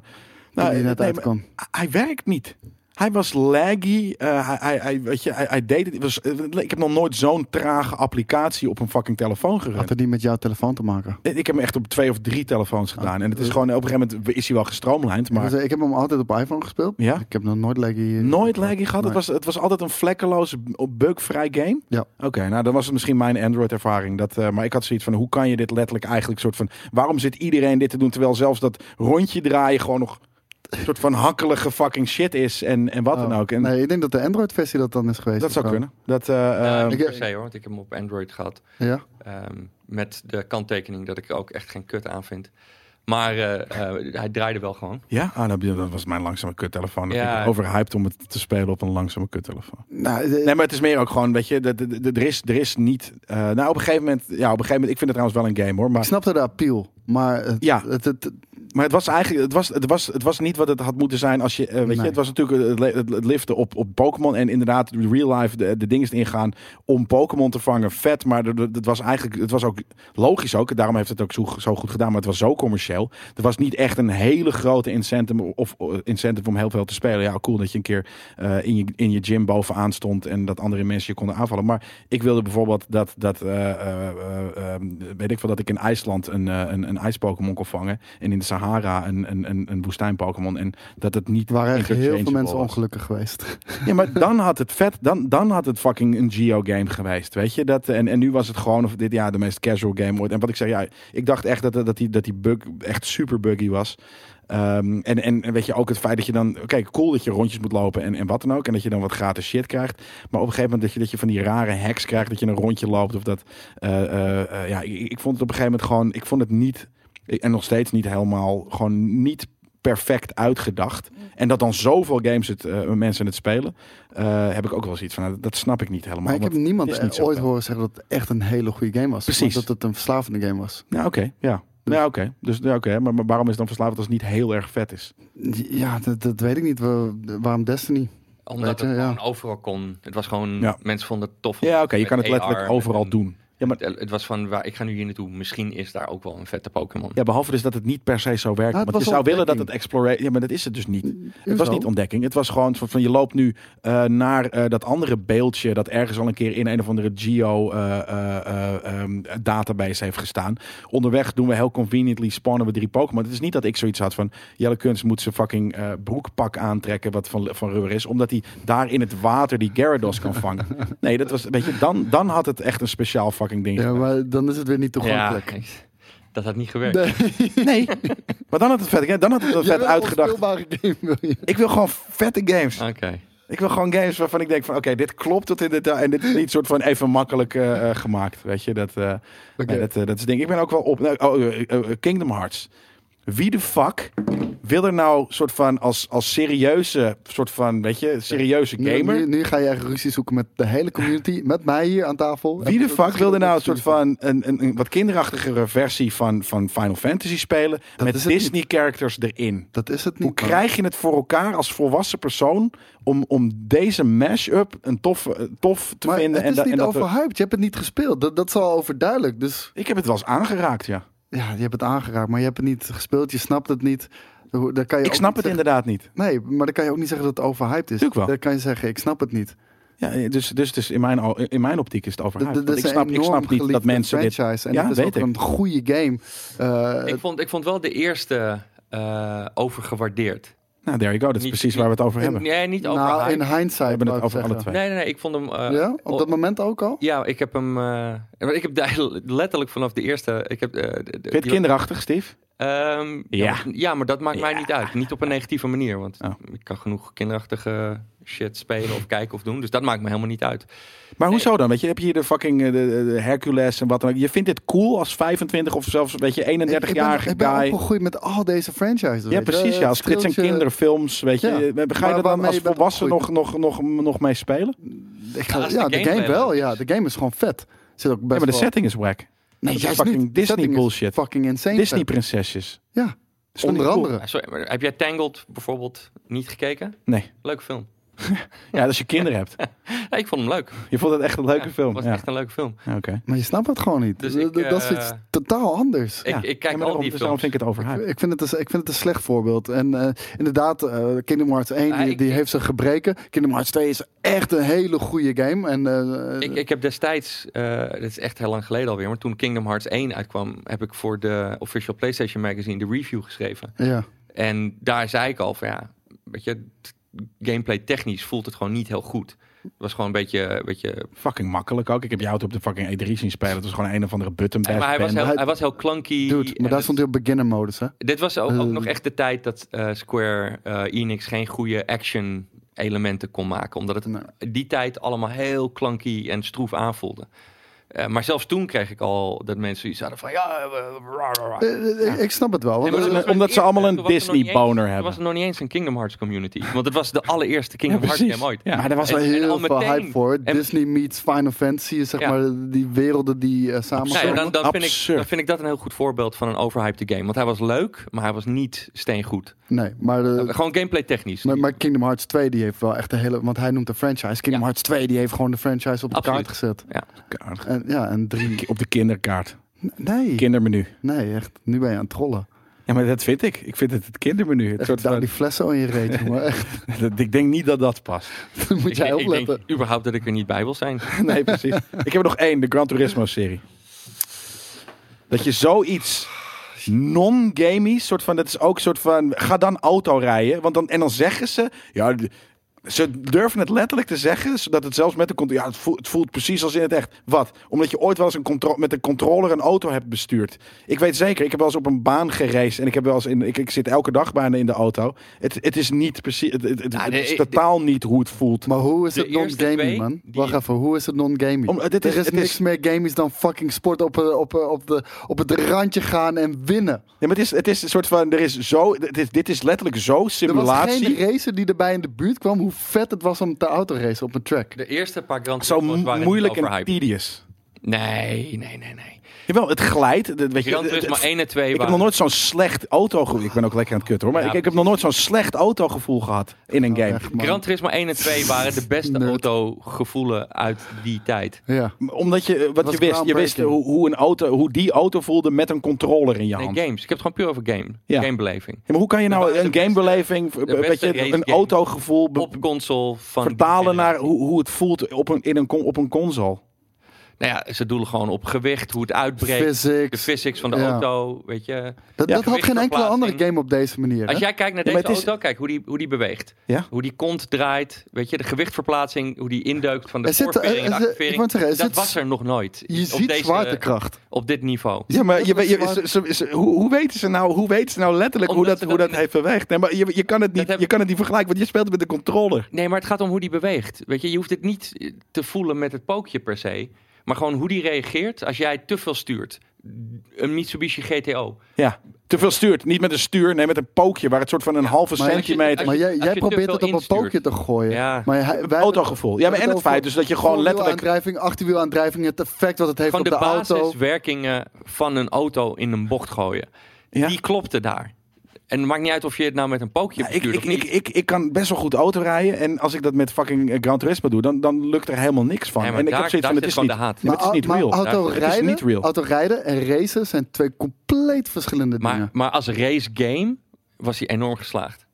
Toen nou, die net nee, uitkwam. maar hij werkt niet. Hij was laggy. eh, hij, hij, hij- weet je, hij, hij deed het. het was, eh, ik heb nog nooit zo'n trage applicatie op een fucking telefoon gerend. Had het niet met jouw telefoon te maken. Ik heb hem echt op twee of drie telefoons Oh, gedaan. En het eh. is gewoon, op een gegeven moment is hij wel gestroomlijnd, maar Dus, eh, ik heb hem altijd op iPhone gespeeld. Ja? Ik heb nog nooit laggy. eh, nooit laggy gehad. Nee. Het, was, het was altijd een vlekkeloos, b- bugvrij game. Ja. Oké, nou dan was het misschien mijn Android-ervaring. Dat, eh, maar ik had zoiets van, hoe kan je dit letterlijk eigenlijk soort van... Waarom zit iedereen dit te doen, terwijl zelfs dat rondje draaien gewoon nog... een soort van hakkelige fucking shit is en, en wat Oh, dan ook. En Nee, ik denk dat de Android-versie dat dan is geweest. dat zou of zo. kunnen. Dat, eh, Nou, eh, niet ik- per se hoor, want ik heb hem op Android gehad. Ja. Ehm, met de kanttekening dat ik er ook echt geen kut aan vind. Maar eh, eh, hij draaide wel gewoon. ja, ah, nou, dat was mijn langzame kuttelefoon. Dat Ja. vind ik overhyped om het te spelen op een langzame kuttelefoon. Nou, eh, Nee, maar het is meer ook gewoon, weet je, dat- dat- dat- er is, er is niet. eh, nou, op een gegeven moment, ja, op een gegeven moment, ik vind het trouwens wel een game hoor, ik maar, snapte de appeal. Maar het, Ja. het, het- maar het was eigenlijk, het was, het was, het was niet wat het had moeten zijn als je, eh, weet je, Nee. het was natuurlijk het, le- het- het liften op, op Pokémon en inderdaad real life de, de dingen ingaan om Pokémon te vangen, vet, maar dat- dat dat was eigenlijk, het was ook logisch ook, daarom heeft het ook zo, zo goed gedaan, maar het was zo commercieel. Er was niet echt een hele grote incentive of eh, incentive om heel veel te spelen. Ja, cool dat je een keer eh, in, je, in je gym bovenaan stond en dat andere mensen je konden aanvallen, maar ik wilde bijvoorbeeld dat, dat eh, eh, eh, eh, weet ik veel, dat ik in IJsland een, eh, een, een ijs-Pokémon kon vangen. En in de Sahara een, een, een, een woestijn-Pokémon. En dat het niet er waren echt heel veel interchangeable mensen was. ongelukkig geweest. Ja, maar dan had het vet, dan, dan had het fucking een geo-game geweest, weet je. Dat, en, en nu was het gewoon, of dit ja, de meest casual game ooit. En wat ik zei, ja, ik dacht echt dat, dat, die, dat die bug echt super buggy was. Ehm, en, en en weet je, ook het feit dat je dan... Oké, cool dat je rondjes moet lopen en, en wat dan ook. En dat je dan wat gratis shit krijgt. Maar op een gegeven moment dat je, dat je van die rare hacks krijgt. Dat je een rondje loopt of dat... eh, eh, eh, ja, ik, ik vond het op een gegeven moment gewoon... Ik vond het niet... eh, En nog steeds niet helemaal... Gewoon niet perfect uitgedacht. Mm. En dat dan zoveel games het, eh, mensen het spelen... eh, heb ik ook wel eens iets van... nou, dat snap ik niet helemaal. Maar ik heb want niemand het is eh, niet zo ooit vet. horen zeggen dat het echt een hele goede game was. maar Precies. Dat het een verslavende game was. Nou, oké, ja. Ja, oké. Dus ja, oké, maar, maar waarom is het dan verslaafd als het niet heel erg vet is? Ja, dat, dat weet ik niet. Wa- Waarom Destiny? Omdat Weet je, het ja. gewoon overal kon. Het was gewoon, Ja. mensen vonden het tof. Ja, oké, je met kan het AR letterlijk en- overal doen. Ja, maar, Het was van, waar, ik ga nu hier naartoe. Misschien is daar ook wel een vette Pokémon. ja, behalve dus dat het niet per se zo werkt. Nou, het want je was zou willen dat het ontdekking. Mm, exploreert. Ja, maar dat is het dus niet. Het was Hoezo? niet ontdekking. Het was gewoon van, van je loopt nu eh, naar eh, dat andere beeldje dat ergens al een keer in een of andere geo eh, eh, eh, ehm, database heeft gestaan. Onderweg doen we heel conveniently spawnen we drie Pokémon. Het is niet dat ik zoiets had van Jelle Kunst moet zijn fucking eh, broekpak aantrekken wat van, van rubber is, omdat hij daar in het water die Gyarados kan vangen. Nee, dat was weet je, dan, dan had het echt een speciaal fucking ding. Ja, maar dan is het weer niet Ja, toegankelijk. ik- dat had niet gewerkt. Nee, maar dan had het vet, dan had het vet uitgedacht. Een game wil je. Ik wil gewoon vette games. Oké. Ik wil gewoon games waarvan ik denk van, oké, dit klopt tot in detail. En dit is niet soort van even makkelijk eh, eh, gemaakt, weet je. Dat, eh, nee, dat, eh, dat is ding. Ik ben ook wel op... nou, oh, eh, eh, eh, Kingdom Hearts. Wie de fuck wil er nou soort van als, als serieuze, soort van, weet je, serieuze Nu- gamer... Nu, nu ga je echt ruzie zoeken met de hele community, met mij hier aan tafel. Wie de En- fuck wilde nou een soort van een, een, een wat kinderachtigere versie van, van Final Fantasy spelen? met is het niet. Disney-characters erin. Dat is het niet. Hoe krijg je het voor elkaar als volwassen persoon om, om deze mashup een tof, eh, tof te maar vinden? het is da- niet dat we- overhyped. Je hebt het niet gespeeld. Dat, dat is al overduidelijk. Dus Ik heb het wel eens aangeraakt, ja. ja, je hebt het aangeraakt, maar je hebt het niet gespeeld. Je snapt het niet. Hoe- Daar kan je Ik ook snap niet het inderdaad niet. zeggen- Nee, maar dan kan je ook niet zeggen dat het overhyped is. Tuurlijk wel. Dan kan je zeggen, ik snap het niet. Ja, dus, dus, dus in, mijn, o- in mijn optiek is het overhyped. D- d- Want dit ik is snap, een ik snap enorm niet dat geliefde mensen dit... franchise, En Ja, het is weet ook ik. een goede game. Eh, Ik, vond, ik vond wel de eerste eh, overgewaardeerd. Nou, there you go. Dat is Niet- precies waar we het over hebben. Nee, niet over nou, in hype. hindsight. We hebben het wou ik over alle zeggen. twee. Oh. Nee, nee, nee. Ik vond hem... eh, Ja, op dat moment ook al? Ja, ik heb hem. eh, maar ik heb de- letterlijk vanaf de eerste. Ik heb, eh, de- de- Vind je het die- kinderachtig, Steve? Ehm, Ja. ja. maar- ja, maar dat maakt mij Ja. niet uit. Niet op een negatieve manier, want Oh. ik kan genoeg kinderachtige shit spelen of kijken of doen. Dus dat maakt me helemaal niet uit. Maar hoezo dan? Weet je, heb je hier de fucking eh, de, de Hercules en wat dan ook. Je vindt dit cool als 25 of zelfs, weet je, ik, ik ben, 31-jarige ik ben guy. opgegroeid met al deze franchises. Ja, weet je. precies. Ja, Het als dit zijn triltje- kinderfilms, weet je. Ja. eh, Ga je Maar er dan waarmee als je bent volwassen nog, nog, nog, nog mee spelen? Ik ga- Ja, als de ja, de gameplay game wel. leuk Ja, de game is gewoon vet. Zit ook best Ja, maar de wel- setting is whack. Nee, Dat juist fucking niet. De Disney setting is bullshit. Fucking insane. Disney vet. prinsesjes. Ja, Is toch niet onder cool? andere. Ah, Sorry, maar heb jij Tangled bijvoorbeeld niet gekeken? Nee. Leuke film. Ja, als je kinderen hebt. Ja, ik vond hem leuk. Je vond het echt een leuke Ja, film. Was Ja, echt een leuke film. Ja, oké. Maar je snapt het gewoon niet. Dus D- ik, d- dat is eh, iets totaal anders. Ik, Ja. ik Ja, kijk maar al daarom- die dus daarom films. vind ik het overhyped. Ik vind, het een, ik vind het een slecht voorbeeld. En eh, inderdaad, eh, Kingdom Hearts 1 Ah, die, ik- die heeft zijn gebreken. Kingdom Hearts 2 is echt een hele goede game. En, eh, Ik, ik heb destijds, eh dit is echt heel lang geleden alweer, maar toen Kingdom Hearts 1 uitkwam, heb ik voor de official PlayStation Magazine de review geschreven. ja. En daar zei ik al van ja, weet je, t- gameplay technisch voelt het gewoon niet heel goed. Het was gewoon een beetje, weet je, Fucking makkelijk ook. Ik heb jou het op de fucking E3 zien spelen. Het was gewoon een of andere button bash maar hij was, band. heel, hij- hij was heel clunky. Dude, en maar daar het- stond hij op beginner modus, hè? Dit was ook, ook Eh. nog echt de tijd dat eh, Square eh, Enix geen goede action elementen kon maken. Omdat het Nee. die tijd allemaal heel clunky en stroef aanvoelde. Eh, maar zelfs toen kreeg ik al dat mensen iets hadden van ja, eh, rah, rah, rah. Eh, eh, Ik snap het wel. Want, Nee, maar Omdat dat ze- was omdat ze het allemaal eerste. een Er was er nog niet Disney-boner eens- er hebben. was er nog niet eens een Kingdom Hearts community. Want het was de allereerste Kingdom Hearts precies. game ooit. Ja. Maar daar was wel En- en heel al veel meteen- hype voor. en- Disney meets Final Fantasy, zeg Ja. maar die werelden die eh, samen. Nou ja, dan, dan, vind ik, Absurd. dan vind ik dat een heel goed voorbeeld van een overhyped game. Want hij was leuk, maar hij was niet steengoed. Nee, maar, eh, Gewoon gameplay technisch. maar, maar Kingdom Hearts 2 die heeft wel echt de hele, want hij noemt de franchise. Kingdom Ja. Hearts 2 die heeft gewoon de franchise op de Absoluut. kaart gezet. Kaart. En, ja, en drie. Op de kinderkaart. Nee, Kindermenu. nee, echt. Nu ben je aan het trollen. Ja, maar dat vind ik. Ik vind het het kindermenu. Het Echt, soort daar van, die flessen in je reet, jongen. Echt, dat- ik denk niet dat dat past. daar moet Ik- jij ik, ik opletten. denk überhaupt dat ik er niet bij wil zijn. Nee, precies. ik heb er nog één. De Gran Turismo-serie. Dat je zoiets non-gamey, soort van, dat is ook soort van, ga dan auto rijden. Want dan, en dan zeggen ze, ja, d- ze durven het letterlijk te zeggen, zodat het zelfs met de controle, ja, het voelt, het voelt precies als in het echt. Wat? Omdat je ooit wel eens een contro- met een controller een auto hebt bestuurd. Ik weet zeker, ik heb wel eens op een baan gereisd en ik heb wel eens in, ik, ik zit elke dag bijna in de auto. Het, het is niet precies, het, het, het- Ja, het de- is totaal niet hoe het voelt. Maar hoe is De het eerste non-gaming, twee, man? die- Wacht even, hoe is het non-gaming? Om- dit is- er is het niks is- meer gamies dan fucking sport op, eh, op, eh, op, de, op het randje gaan en winnen. Ja, maar het is, het is een soort van, er is zo, dit is, dit is letterlijk zo Er was simulatie. geen racer die erbij in de buurt kwam. Hoe vet het was om te autoracen op een track. De eerste paar Grand zo Prix mo- waren moeilijk niet en overhyped. tedious. Nee, nee, nee, nee. Jawel, het glijdt. Dat, weet je, Gran het- het- Turismo 1 en 2 ik heb nog nooit zo'n slecht autogevoel. Ik ben ook lekker aan het kutten hoor. Maar Ja, ik, ik heb nog nooit zo'n slecht autogevoel gehad in een game. Echt, man. Gran Turismo 1 en 2 waren de beste Nerd. autogevoelen uit die tijd. Ja. Omdat je, eh, wat was je wist, je wist groundbreaking. hoe, hoe, een auto, hoe die auto voelde met een controller in je Nee, hand. games. Ik heb het gewoon puur over game. Ja. Gamebeleving. Ja, maar hoe kan je nou Dat was een de beste- gamebeleving, de beste weet je, race een game. autogevoel be- Op console van... E vertalen naar hoe, hoe het voelt op een, in een, con- op een console? Nou ja, ze doelen gewoon op gewicht, hoe het uitbreekt. de Physics. physics van de Ja. auto, weet je. Dat, Ja, dat had geen enkele andere gewichtverplaatsing. game op deze manier. Als hè? jij kijkt naar Ja, deze maar het is- auto, kijk hoe die, hoe die beweegt. Ja? Hoe die kont draait, weet je. De gewichtverplaatsing, hoe die indeukt van de Er zit- voorvering en er- de er zit- ik wou activering. het zeggen, er Dat zit- was er nog nooit. Je op, ziet deze- zwaartekracht. op dit niveau. Ja, maar Dat je, is je, waar. ze- ze- ze- hoe, hoe weten ze nou, hoe weten ze nou letterlijk hoe Omdat dat, ze hoe dat dat in- heeft beweegd? Nee, maar je, je, kan het niet, hebben- je kan het niet vergelijken, want je speelt met een controller. Nee, maar het gaat om hoe die beweegt. Weet je, je hoeft het niet eh, te voelen met het pookje per se. Maar gewoon hoe die reageert als jij te veel stuurt. Een Mitsubishi GTO. Ja. Te veel stuurt. Niet met een stuur, nee, met een pookje waar het soort van een halve maar als je- centimeter... als Maar je- jij, jij te probeert veel het op een instuurt. pookje te gooien. Ja. Maar hij, wij Autogevoel. Ja, maar en het feit dus dat je gewoon letterlijk... Aandrijving, achterwielaandrijving, het effect wat het heeft Gewoon de, op de, auto. basiswerkingen van een auto in een bocht gooien. Ja. Die klopte daar. En het maakt niet uit of je het nou met een pookje Ja, ik, bestuurt ik, of niet. ik, ik, ik kan best wel goed autorijden. En als ik dat met fucking eh, Gran Turismo doe, dan, dan lukt er helemaal niks van. Nee, maar en ik daar- heb zoiets daar van, het zit is niet, gewoon de haat. nee, maar het is niet real. Het is autorijden, niet real. autorijden en racen zijn twee compleet verschillende Maar, dingen. maar als race game was hij enorm geslaagd.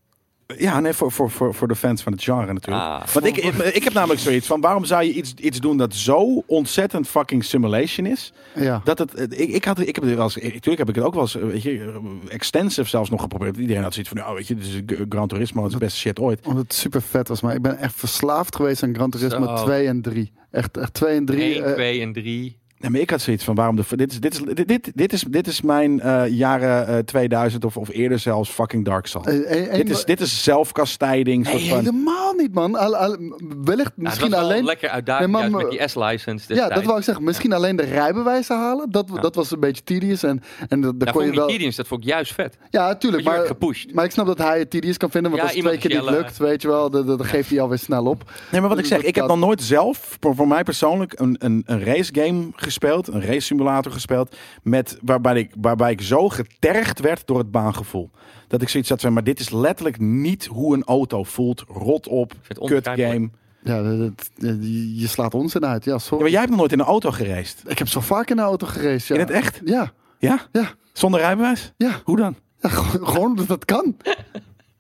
Ja, nee, voor, voor, voor, voor de fans van het genre natuurlijk. Ah. Want ik, ik, ik heb namelijk zoiets van, waarom zou je iets, iets doen dat zo ontzettend fucking simulation is? Ja. Dat het, ik, ik, had, ik heb het wel eens, ik- tuurlijk heb ik het ook wel eens, eh, weet je, extensive zelfs nog geprobeerd. Iedereen had zoiets van, oh weet je, dit is G- Gran Turismo, het is de beste shit ooit. Omdat het super vet was. Maar ik ben echt verslaafd geweest aan Gran Turismo Zo. 2 en 3. Echt, echt 2 en eh, 3. 1, 2 en 3. Nee, maar ik had zoiets van, waarom de, dit, is, dit, is, dit, dit, dit, is, dit is mijn eh, jaren eh, 2000 of, of eerder zelfs fucking Dark Souls. dit, is, dit is zelfkastijding. Eh, Nee, soort van, helemaal niet, man. Al- al- wellicht misschien alleen... lekker uitdagend Nee, maar- juist met die S-license Ja, dat wou ik zeggen. Misschien alleen de rijbewijzen halen. Dat, dat was een beetje tedious. En, en dat, daar Dat kon vond je ik niet wel... tedious, dat vond ik juist vet. Ja, tuurlijk. Want je werd Maar, gepusht. maar ik snap dat hij het tedious kan vinden. Want Ja, als het twee iemand keer niet lukt, schellen. weet je wel, dan, dan geeft hij alweer snel op. Nee, maar wat ik Dus zeg, dat- ik heb dat- nog nooit zelf, voor, voor mij persoonlijk, een, een, een race game gespeeld, een race simulator gespeeld, met, waarbij, ik, waarbij ik zo getergd werd door het baangevoel. Dat ik zoiets had van, maar dit is letterlijk niet hoe een auto voelt. Rot op, vind het kut onbegrijpelijk. game. Ja, dat- dat- je- je slaat onzin uit. Ja, Ja, sorry. maar jij hebt nog nooit in een auto geraced. Ik heb zo vaak in de auto geraced. Ja. In het echt? Ja, Ja? ja, Zonder rijbewijs? ja. Hoe dan? Ja, gewoon gewoon omdat dat kan.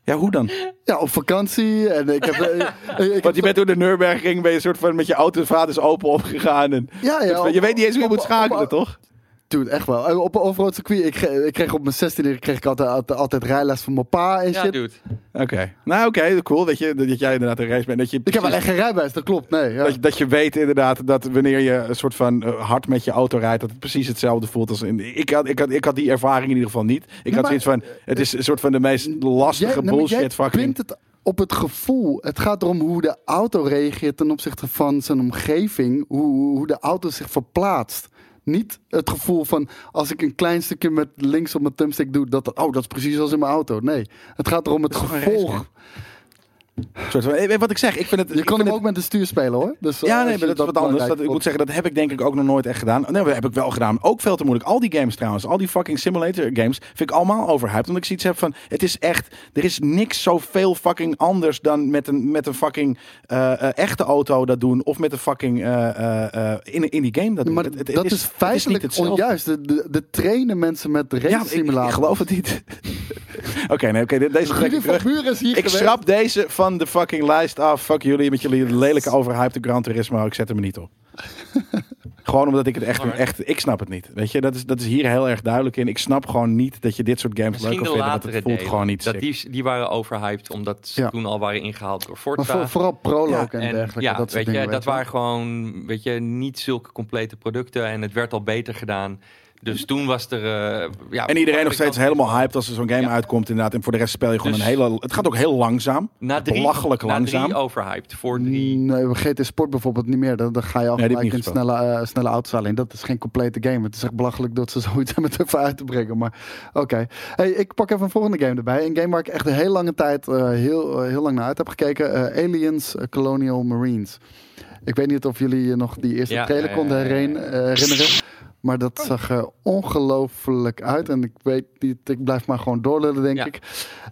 Ja, hoe dan? Ja, op vakantie. En ik heb, eh, eh, ik heb Want je bent door de Nürburgring, ben je soort van met je auto vaders open opgegaan. En, Ja, ja, je weet niet eens hoe je op- moet schakelen, op- toch? Dude, echt wel. Eh, Op een offroad circuit. Ik, ge- ik kreeg op mijn 16e kreeg ik altijd, altijd, altijd rijles van mijn pa en Ja, shit. dude. Oké. Nou, oké, cool dat, je, dat jij inderdaad een race bent. Dat je ik heb wel echt geen rijbewijs, dat klopt. Nee, ja. Dat, je- dat je weet inderdaad dat wanneer je een soort van eh, hard met je auto rijdt, dat het precies hetzelfde voelt als in. Ik had, ik had, ik had die ervaring in ieder geval niet. Ik had maar- zoiets van: het is een soort van de meest Dus Jij- lastige nee, maar jij bullshit fucking. bindt het op het gevoel. Het gaat erom hoe de auto reageert ten opzichte van zijn omgeving. Hoe, hoe de auto zich verplaatst. Niet het gevoel van als ik een klein stukje met links op mijn thumbstick doe, dat oh, dat is precies als in mijn auto. Nee, het gaat erom het is toch een gevolg. race, Een soort van, eh, wat ik zeg, ik vind het. Je ik kan vind hem het- ook met de stuur spelen hoor. Dus, eh, ja, als nee, je maar dat is wat anders. Dat, belangrijk ik moet vond. zeggen, dat heb ik denk ik ook nog nooit echt gedaan. Nee, dat heb ik wel gedaan. Ook veel te moeilijk. Al die games trouwens, al die fucking simulator games, vind ik allemaal overhyped. Omdat ik zoiets heb van, het is echt, er is niks zoveel fucking anders dan met een, met een fucking eh, eh, echte auto dat doen. Of met een fucking, eh, eh, eh, in, in die game dat doen. Maar Het- het- het dat is- is, het niet feitelijk hetzelfde. onjuist. De, de, de trainen mensen met race Ja, ik- ik, simulator. geloof het niet. Oké, nee, oké, de- deze trek ik Rudy van terug. Buren is hier Ik geweest. schrap deze van de fucking lijst af. Fuck jullie met jullie lelijke overhypte Gran Turismo. Ik zet hem er niet op. gewoon omdat ik het echt, Alright. echt... Ik snap het niet. Weet je, dat is, dat is hier heel erg duidelijk in. Ik snap gewoon niet dat je dit soort games leuk Misschien kan de vinden. Want het latere voelt delen. gewoon niet dat sick. die, die waren overhyped, omdat ze Ja. toen al waren ingehaald door Forza. Maar eh, voor- vooral prologue en, en dergelijke. ja, dat soort weet je, dingen, dat je wel. waren gewoon, weet je, niet zulke complete producten. En het werd al beter gedaan. Dus toen was er... eh, ja, En iedereen nog steeds helemaal hyped als er zo'n game Ja. uitkomt inderdaad. En voor de rest speel je gewoon Dus- een hele... Het gaat ook heel langzaam. Na drie, belachelijk na langzaam. drie overhyped. Voor drie. Nee, we GT Sport bijvoorbeeld niet meer. Dan, dan ga je al Nee, die heb gelijk ik in niet snelle, eh, snelle auto's alleen. Dat is geen complete game. Het is echt belachelijk dat ze zoiets hebben durven uit te brengen. Maar oké. Hey, ik pak even een volgende game erbij. Een game waar ik echt een heel lange tijd eh, heel, eh, heel lang naar uit heb gekeken. Eh, Aliens eh, Colonial Marines. Ik weet niet of jullie je nog die eerste Ja, trailer ja, konden ja, Oh. ja, ja. hereen- eh, herinneren. Maar dat zag er ongelooflijk uit. En ik weet niet, ik blijf maar gewoon doorlullen, denk Ja. ik.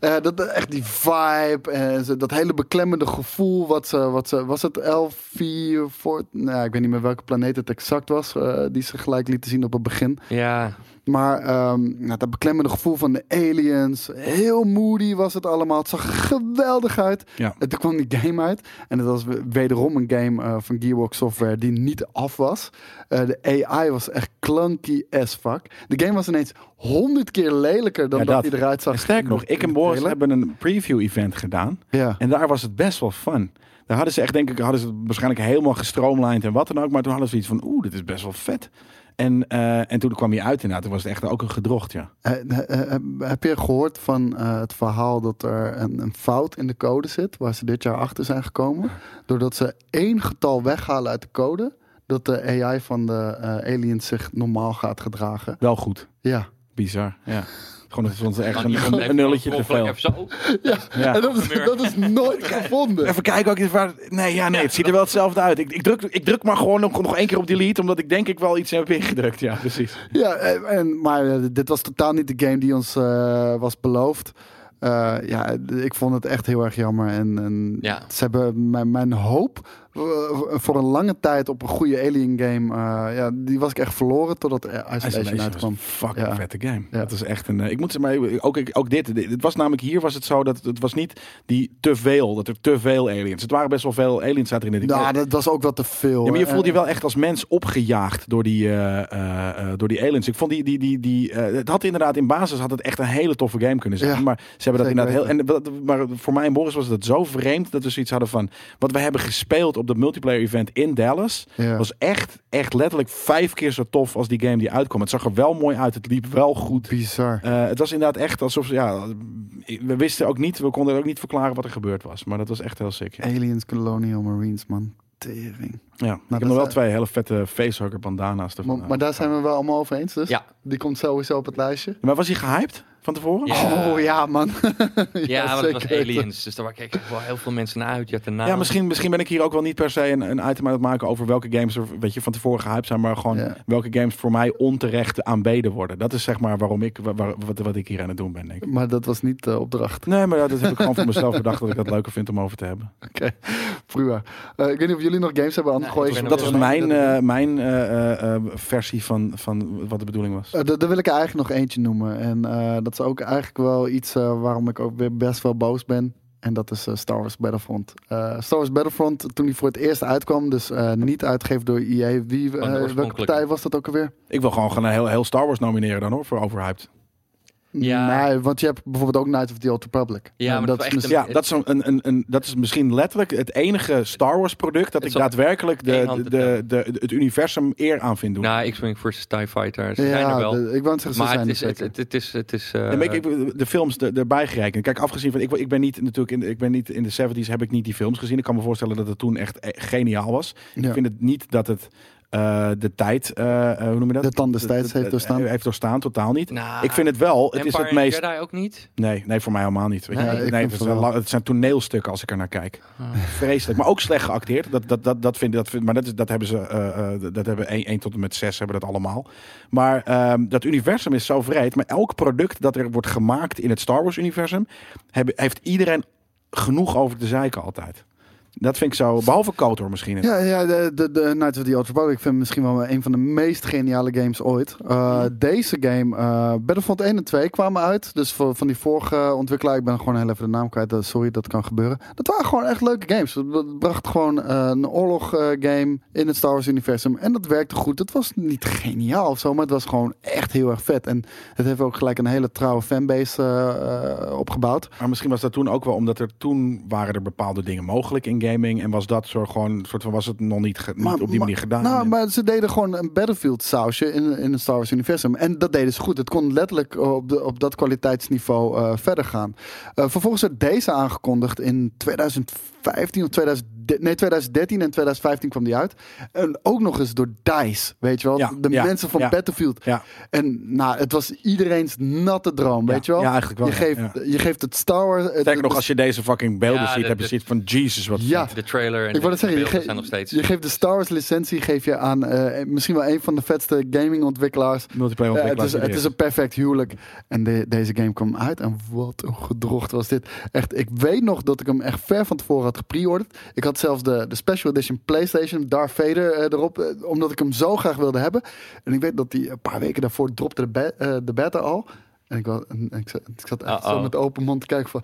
Eh, dat, echt die vibe en zo, dat hele beklemmende gevoel. Wat ze, wat ze, was het L4? Fort- Nou, ik weet niet meer welke planeet het exact was. eh, die ze gelijk lieten zien op het begin. Ja, Maar ehm, nou, dat beklemmende gevoel van de aliens. Heel moody was het allemaal. Het zag er geweldig uit. Ja. En toen kwam die game uit. En dat was we- wederom een game eh, van Gearbox Software die niet af was. Eh, de AI was echt clunky as fuck. De game was ineens honderd keer lelijker dan Ja, dat dat. hij eruit zag. En sterk nog, ik en Boris Trailer? hebben een preview-event gedaan. Ja. En daar was het best wel fun. Daar hadden ze echt, denk ik, hadden ze het waarschijnlijk helemaal gestroomlijnd en wat dan ook. Maar toen hadden ze iets van, oeh, dit is best wel vet. En, eh, en toen kwam hij uit inderdaad. Toen was het echt ook een gedrocht, ja. Eh, eh, eh, heb je gehoord van eh, het verhaal dat er een, een fout in de code zit, waar ze dit jaar achter zijn gekomen? Doordat ze één getal weghalen uit de code, dat de AI van de eh, aliens zich normaal gaat gedragen. Wel goed. Ja. Bizar, ja. Gewoon dat het ons echt Want een, die een, gewoon een nulletje te even- veel. even zo. Ja. En dat is, Meer. dat is nooit gevonden. Even kijken, ook eens waar... Nee, ja, nee, het ziet er wel hetzelfde uit. Ik, ik, druk, ik druk maar gewoon nog, nog één keer op delete, omdat ik denk ik wel iets heb ingedrukt. Ja, precies. Ja, en, en- maar eh, dit was totaal niet de game die ons eh, was beloofd. Eh, ja, d- ik vond het echt heel erg jammer. En, en Ja. ze hebben mijn, mijn hoop eh, voor een lange tijd op een goede Alien game. eh, ja, die was ik echt verloren totdat eh, Isolation Isolation was uitkwam. een fucking Ja. vette game. Ja. Dat is echt een. eh, Ik moet ze maar ook, ook dit. Het was namelijk hier was het zo dat het was niet die te veel dat er te veel aliens. Het waren best wel veel aliens zaten erin. Nou, eh, dat was ook wat te veel. ja, maar je hè. voelde je wel echt als mens opgejaagd door die, eh, eh, eh, door die aliens. Ik vond die, die, die, die eh, het had inderdaad in basis had het echt een hele toffe game kunnen zijn. Ja, maar ze hebben dat zeker inderdaad heel. En, wat- maar voor mij en Boris was het zo vreemd dat we zoiets hadden van. Wat we hebben gespeeld op dat multiplayer event in Dallas. Ja. was echt, echt letterlijk vijf keer zo tof als die game die uitkwam. Het zag er wel mooi uit. Het liep wel goed. bizar. Eh, het was inderdaad echt alsof ze- ja, we wisten ook niet, we konden ook niet verklaren wat er gebeurd was. Maar dat was echt heel sick. Ja, Aliens Colonial Marines, man. Tering. Ja, ik Nou, dat heb nog wel is- twee hele vette facehugger bandana's ervan. eh. Maar, maar daar zijn we wel allemaal over eens, dus? Ja. Die komt sowieso op het lijstje. Maar was hij gehyped van tevoren? Ja. Oh ja, man. Ja, maar het was zeker. aliens. Dus daar keken wel heel veel mensen naar uit. Je had de naam. Ja, misschien, misschien ben ik hier ook wel niet per se een, een item aan het maken over welke games er weet je, van tevoren gehyped zijn, maar gewoon Ja. welke games voor mij onterecht aanbeden worden. Dat is zeg maar waarom ik, wa- wa- wat, wat ik hier aan het doen ben, denk ik. Maar dat was niet de opdracht. Nee, maar dat heb ik gewoon voor mezelf bedacht dat ik dat leuker vind om over te hebben. Oké, prima. Eh, ik weet niet of jullie nog games hebben, anders Nee, gooi ik ik Dat was Ja, mijn, eh, mijn eh, eh, eh, versie van, van wat de bedoeling was. Eh, da- daar wil ik er eigenlijk nog eentje noemen. En eh, dat is ook eigenlijk wel iets eh, waarom ik ook weer best wel boos ben. En dat is eh, Star Wars Battlefront. Eh, Star Wars Battlefront, toen die voor het eerst uitkwam, dus eh, niet uitgegeven door EA. Wie, eh, welke oorspronkelijke. partij was dat ook alweer? Ik wil gewoon gaan een heel, heel Star Wars nomineren dan hoor, voor overhyped. Ja. Nee, want je hebt bijvoorbeeld ook Knights of the Old Republic. Ja, En maar dat dat was is echt mis- Dus ja, dat is, een, een, een, een- dat is misschien letterlijk het enige Star Wars product dat Het ik is op daadwerkelijk één de, hand de, te de, de- het universum eer aan vind doen. Nou, X-Wing versus TIE Fighter. Ze zijn er ja, wel. de- ik wou het zeggen, ze maar zijn het er is, het, zeker. het, het is... Het is eh, Nee, maar ik, ik- de films er- erbij gerekend. Kijk, afgezien van ik, ik ben niet natuurlijk in, de- ik ben niet in de 70s heb ik niet die films gezien. Ik kan me voorstellen dat het toen echt eh, geniaal was. Ja. Ik vind het niet dat het eh, de tijd, eh, eh, hoe noem je dat? De tand des tijds heeft doorstaan. Heeft doorstaan, totaal niet. nou, Ik vind het wel, het is Empire het meest. Jedi ook niet? Nee, nee, voor mij helemaal niet. Weet je. Nee, Nee, ik vind het, het is wel. Ah. een lang- het zijn toneelstukken als ik er naar kijk. Vreselijk. Maar ook slecht geacteerd. Dat, dat, dat, dat vind, dat vind, maar dat, is- dat hebben ze. eh, eh, dat hebben 1, tot en met 6 hebben dat allemaal. Maar ehm, dat universum is zo vreed. Maar elk product dat er wordt gemaakt in het Star Wars-universum. heb- heeft iedereen genoeg over te zeiken altijd. Dat vind ik zo. Behalve KOTOR misschien. Ja, ja de, de, de Knights of the Old Republic vind ik misschien wel een van de meest geniale games ooit. Uh, Deze game, eh, Battlefront 1 en 2 kwamen uit. Dus voor, van die vorige ontwikkelaar, ik ben gewoon heel even de naam kwijt. eh, Sorry, dat kan gebeuren. Dat waren gewoon echt leuke games. Het- Het bracht gewoon eh, een oorlog eh, game in het Star Wars universum. En dat werkte goed. Het was niet geniaal of zo, maar het was gewoon echt heel erg vet. En het heeft ook gelijk een hele trouwe fanbase eh, eh, opgebouwd. Maar misschien was dat toen ook wel omdat er toen waren er bepaalde dingen mogelijk in gaming. En was dat zo gewoon. soort van was het nog niet, ge- niet Maar- op die maar- manier gedaan. Nou, En- maar ze deden gewoon een Battlefield sausje in, in het Star Wars universum. En dat deden ze goed. Het kon letterlijk op, de, op dat kwaliteitsniveau eh, verder gaan. Eh, vervolgens werd deze aangekondigd in 2015 of 2013. Nee, 2013 en 2015 kwam die uit. En ook nog eens door DICE, weet je wel. Ja, de ja, mensen van ja. Battlefield. Ja. En nou, het was iedereens natte droom, weet je wel. Ja, eigenlijk wel. je, geeft, ja. je geeft het Star Wars... het- Sterker nog, het- als je deze fucking beelden Ja, ziet, dit- heb je dit- zoiets van Jesus, wat Ja. De trailer en Ik wou de, het zeggen, de je, beelden ge- zijn nog steeds... je geeft de Star Wars licentie geef je aan eh, misschien wel een van de vetste gamingontwikkelaars. Multiplayer Eh, het, ontwikkelaars is, die er het is een perfect huwelijk. En de- deze game kwam uit. En wat een gedrocht was dit. Echt, ik weet nog dat ik hem echt ver van tevoren had gepreorderd. Ik had zelfs de, de Special Edition PlayStation, Darth Vader eh, erop. eh, omdat ik hem zo graag wilde hebben. En ik weet dat die een paar weken daarvoor dropte de, be- eh, de beta al. En ik, was, en ik, zat- ik zat echt zo Uh-oh. met open mond te kijken van...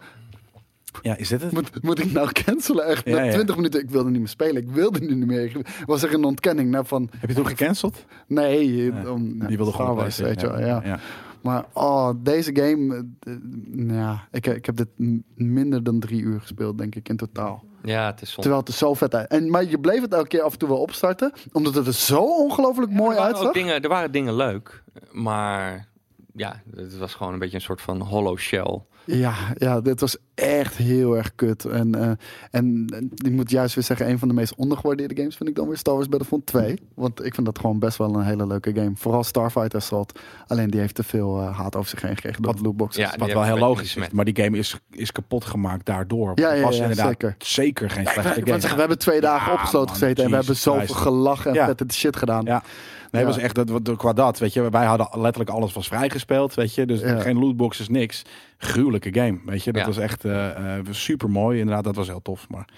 Ja, is dit het? Moet, moet ik nou cancelen? Echt, Ja, na ja. 20 minuten, ik wilde niet meer spelen. Ik wilde nu niet meer. Ik- Was er een ontkenning nou, van... Heb je toen gecanceld? Nee, Ja, eh, om, Die wilde Star gewoon Wars, weet je PlayStation, wel. Ja. Maar oh, deze game... eh, eh, nou ja, ik, ik heb dit m- minder dan drie uur gespeeld, denk ik, in totaal. Ja, het is zonde. Terwijl het er zo vet uit... En, maar je bleef het elke keer af en toe wel opstarten. Omdat het er zo ongelooflijk mooi er waren uitzag. ook Dingen, er waren dingen leuk, maar ja, het was gewoon een beetje een soort van hollow shell. Ja, ja, dit was echt heel erg kut. En, eh, en eh, ik moet juist weer zeggen, een van de meest ondergewaardeerde games vind ik dan weer Star Wars Battlefront 2. Want ik vind dat gewoon best wel een hele leuke game. Vooral Starfight Assault. Alleen die heeft te veel eh, haat over zich heen gekregen door Wat- de lootboxes. Ja, Ja, die Dus Wat hebben wel heel een logisch beetje is. gesmet. Maar die game is, is kapot gemaakt daardoor. Ja, Het ja, was ja, inderdaad zeker. zeker geen slechte ik game. wou zeggen, we hebben twee dagen Ja, opgesloten man, gezeten en we hebben Jesus zoveel Christ. gelachen en Ja. vette shit gedaan. Ja. Nee, Ja. was echt dat, wat- qua dat. Weet je, wij hadden letterlijk alles was vrijgespeeld. Weet je, dus Ja. geen lootboxes, niks. Gruwelijke game. Weet je, dat Ja. was echt super mooi. Inderdaad, dat was heel tof. Maar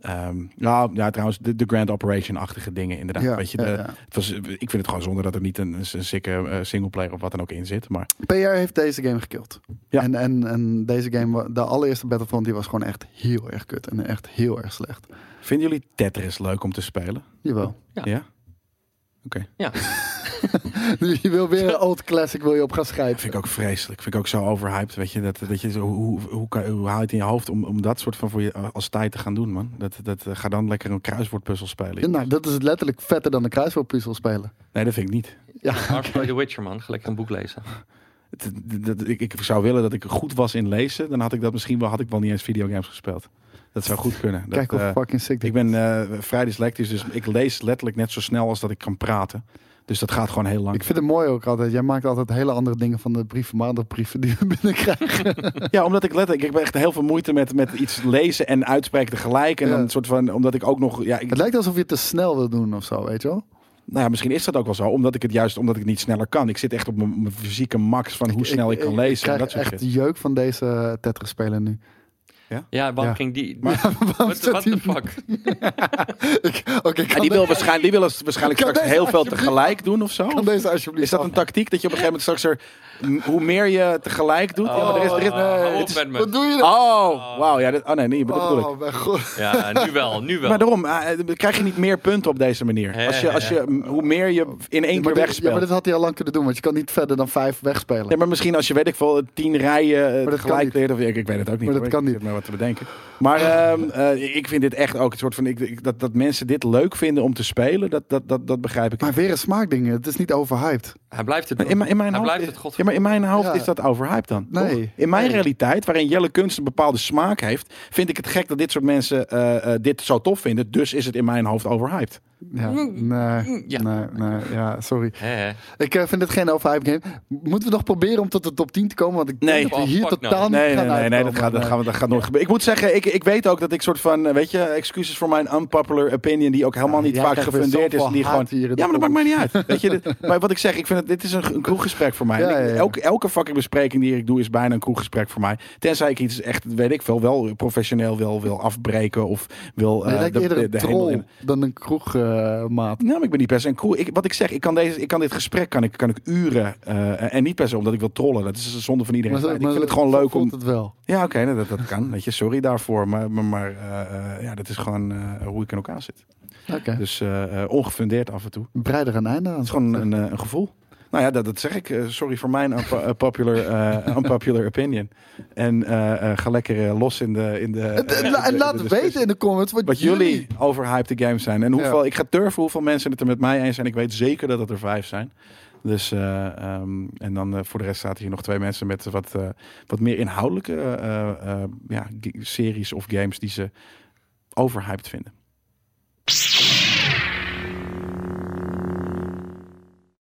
ehm, nou ja, trouwens, de, de Grand Operation-achtige dingen. Inderdaad, Ja, weet je, ja, de- ja. Het was, ik vind het gewoon zonde dat er niet een, een, sikke eh, singleplayer of wat dan ook in zit. Maar PR heeft deze game gekild. Ja. En, en, en deze game, wa- de allereerste Battlefront, die was gewoon echt heel erg kut. En echt heel erg slecht. vinden jullie Tetris leuk om te spelen? Jawel. Ja. Ja. Oké. Ja. je wil weer een old classic wil je op gaan schrijven. Vind ik ook vreselijk. Vind ik ook zo overhyped. Weet je, dat, dat je zo, hoe, hoe, kan, hoe haal je het in je hoofd om, om dat soort van voor je als tijd te gaan doen, man? Dat, dat, eh, ga dan lekker een kruiswoordpuzzel spelen. Ja, nou, dat is letterlijk vetter dan de kruiswoordpuzzel spelen. Nee, dat vind ik niet. Ja, Maar The Witcher man, gelijk een boek lezen. Het- het- dat- ik, ik zou willen dat ik goed was in lezen. Dan had ik dat misschien wel, had ik wel niet eens videogames gespeeld. Dat zou goed kunnen. Dat, kijk hoe eh, fucking sick dit ik ben eh, vrij dyslectisch, dus ik lees letterlijk net zo snel als dat ik kan praten. Dus dat gaat gewoon heel lang. Ik vind het mooi ook altijd. Jij maakt altijd hele andere dingen van de brieven, maandagbrieven die we binnenkrijgen. Ja, omdat ik letterlijk, ik heb echt heel veel moeite met, met iets lezen en uitspreken tegelijk. En Ja. dan een soort van, omdat ik ook nog, ja, ik, Het lijkt alsof je het te snel wil doen of zo, weet je wel? nou ja, misschien is dat ook wel zo, omdat ik het juist, omdat ik het niet sneller kan. Ik zit echt op mijn, mijn fysieke max van hoe snel ik, kan lezen. Ik krijg en dat soort echt shit. jeuk van deze Tetris-speler nu. Ja, waarom Ja. ging die? Maar waarom What the- zet what hij the hem- fuck? Ik- Oké, En kan, ah, die de- wil waarschijnlijk, die willen waarschijnlijk Kan straks deze heel veel alsjeblieft- tegelijk doen of zo. kan deze alsjeblieft Is dat een af? tactiek dat je op een gegeven moment straks er, m, hoe meer je tegelijk doet? ja, maar er is, er is, eh, Oh, hou het op is- met me. Wat doe je dan? oh, wauw, ja, dit, oh nee, nee, dat bedoel ik. Oh, mijn god. Ja, nu wel, nu wel. Maar daarom, eh, eh, krijg je niet meer punten op deze manier. Hè, Als je, als je, m, hoe meer je in één Maar keer dit- ja, maar wegspeelt. dit had hij al lang kunnen doen, want je kan niet verder dan vijf wegspelen. Nee, maar misschien als je, weet ik veel, tien rijen Maar eh, dat kan gelijk niet. leert. Of, ik, ik weet het ook niet. Maar dat hoor. kan Ik niet. zit maar wat te bedenken. Maar ehm, eh, ik vind dit echt ook een soort van... Ik, ik- dat, dat mensen dit leuk vinden om te spelen, dat, dat, dat, dat begrijp ik. Maar weer een smaakding, het is niet overhyped. Hij blijft het Maar doen. in, mijn- in mijn Hij hoofd, blijft het ja, maar in mijn hoofd Ja. is dat overhyped dan. toch? Nee. In mijn Nee. realiteit, waarin Jelle Kunst een bepaalde smaak heeft, vind ik het gek dat dit soort mensen eh, eh, dit zo tof vinden. Dus is het in mijn hoofd overhyped. Ja, Mm. nee, Ja. nee, nee, ja, sorry. Hè, hè. Ik eh, vind het geen overhype game. Moeten we nog proberen om tot de top 10 te komen? Want ik Nee. denk dat we hier Oh, fuck no. totaal Nee, niet nee, gaan nee, nee, dat uitkomen. gaat, dat, gaan we, dat gaat nooit gebeuren. Ik moet zeggen, ik, ik weet ook dat ik soort van, eh, weet je, excuses voor mijn unpopular opinion, die ook helemaal Ja, niet jij vaak krijgt weer gefundeerd is. zoveel en Die haat gewoon, hier in de ja, maar dat maakt mij comments. niet uit. Weet je, dit- maar wat ik zeg, ik vind het, dit is een, een kroeggesprek voor mij. Ja, En ik- ja, ja. Elke, elke fucking bespreking die ik doe is bijna een kroeggesprek voor mij. Tenzij ik iets echt, weet ik veel, wel professioneel wil, wil afbreken of wil Nee, je eh, lijkt eerder een hemel troll in- dan een eh, kroegmaat. nou, maar ik ben niet per se een cool. Ik, wat ik zeg, ik kan, deze, ik kan dit gesprek kan ik, kan ik uren. eh, en niet per se omdat ik wil trollen. Dat is een zonde van iedereen. Ik vind het gewoon leuk om. het wel. Ja, oké, nou, dat, dat kan. Weet je, sorry daarvoor. Maar, maar, maar eh, eh, ja, dat is gewoon eh, hoe ik in elkaar zit. Oké. Dus eh, eh, ongefundeerd af en toe. Het Breid er een einde aan. is gewoon een, eh, een gevoel. Nou ja, dat, dat zeg ik. Eh, sorry voor mijn unpo- unpopular, eh, unpopular opinion. En eh, eh, ga lekker eh, los in de. In de En- eh, en- in en de- de laat discussie. weten in de comments wat, Wat jullie overhyped de games zijn. En hoeveel, Ja. ik ga turven hoeveel mensen het er met mij eens zijn. Ik weet zeker dat het er vijf zijn. Dus, eh, ehm, en dan eh, voor de rest zaten hier nog twee mensen met wat, eh, wat meer inhoudelijke eh, eh, eh, ja, g- series of games die ze overhyped vinden.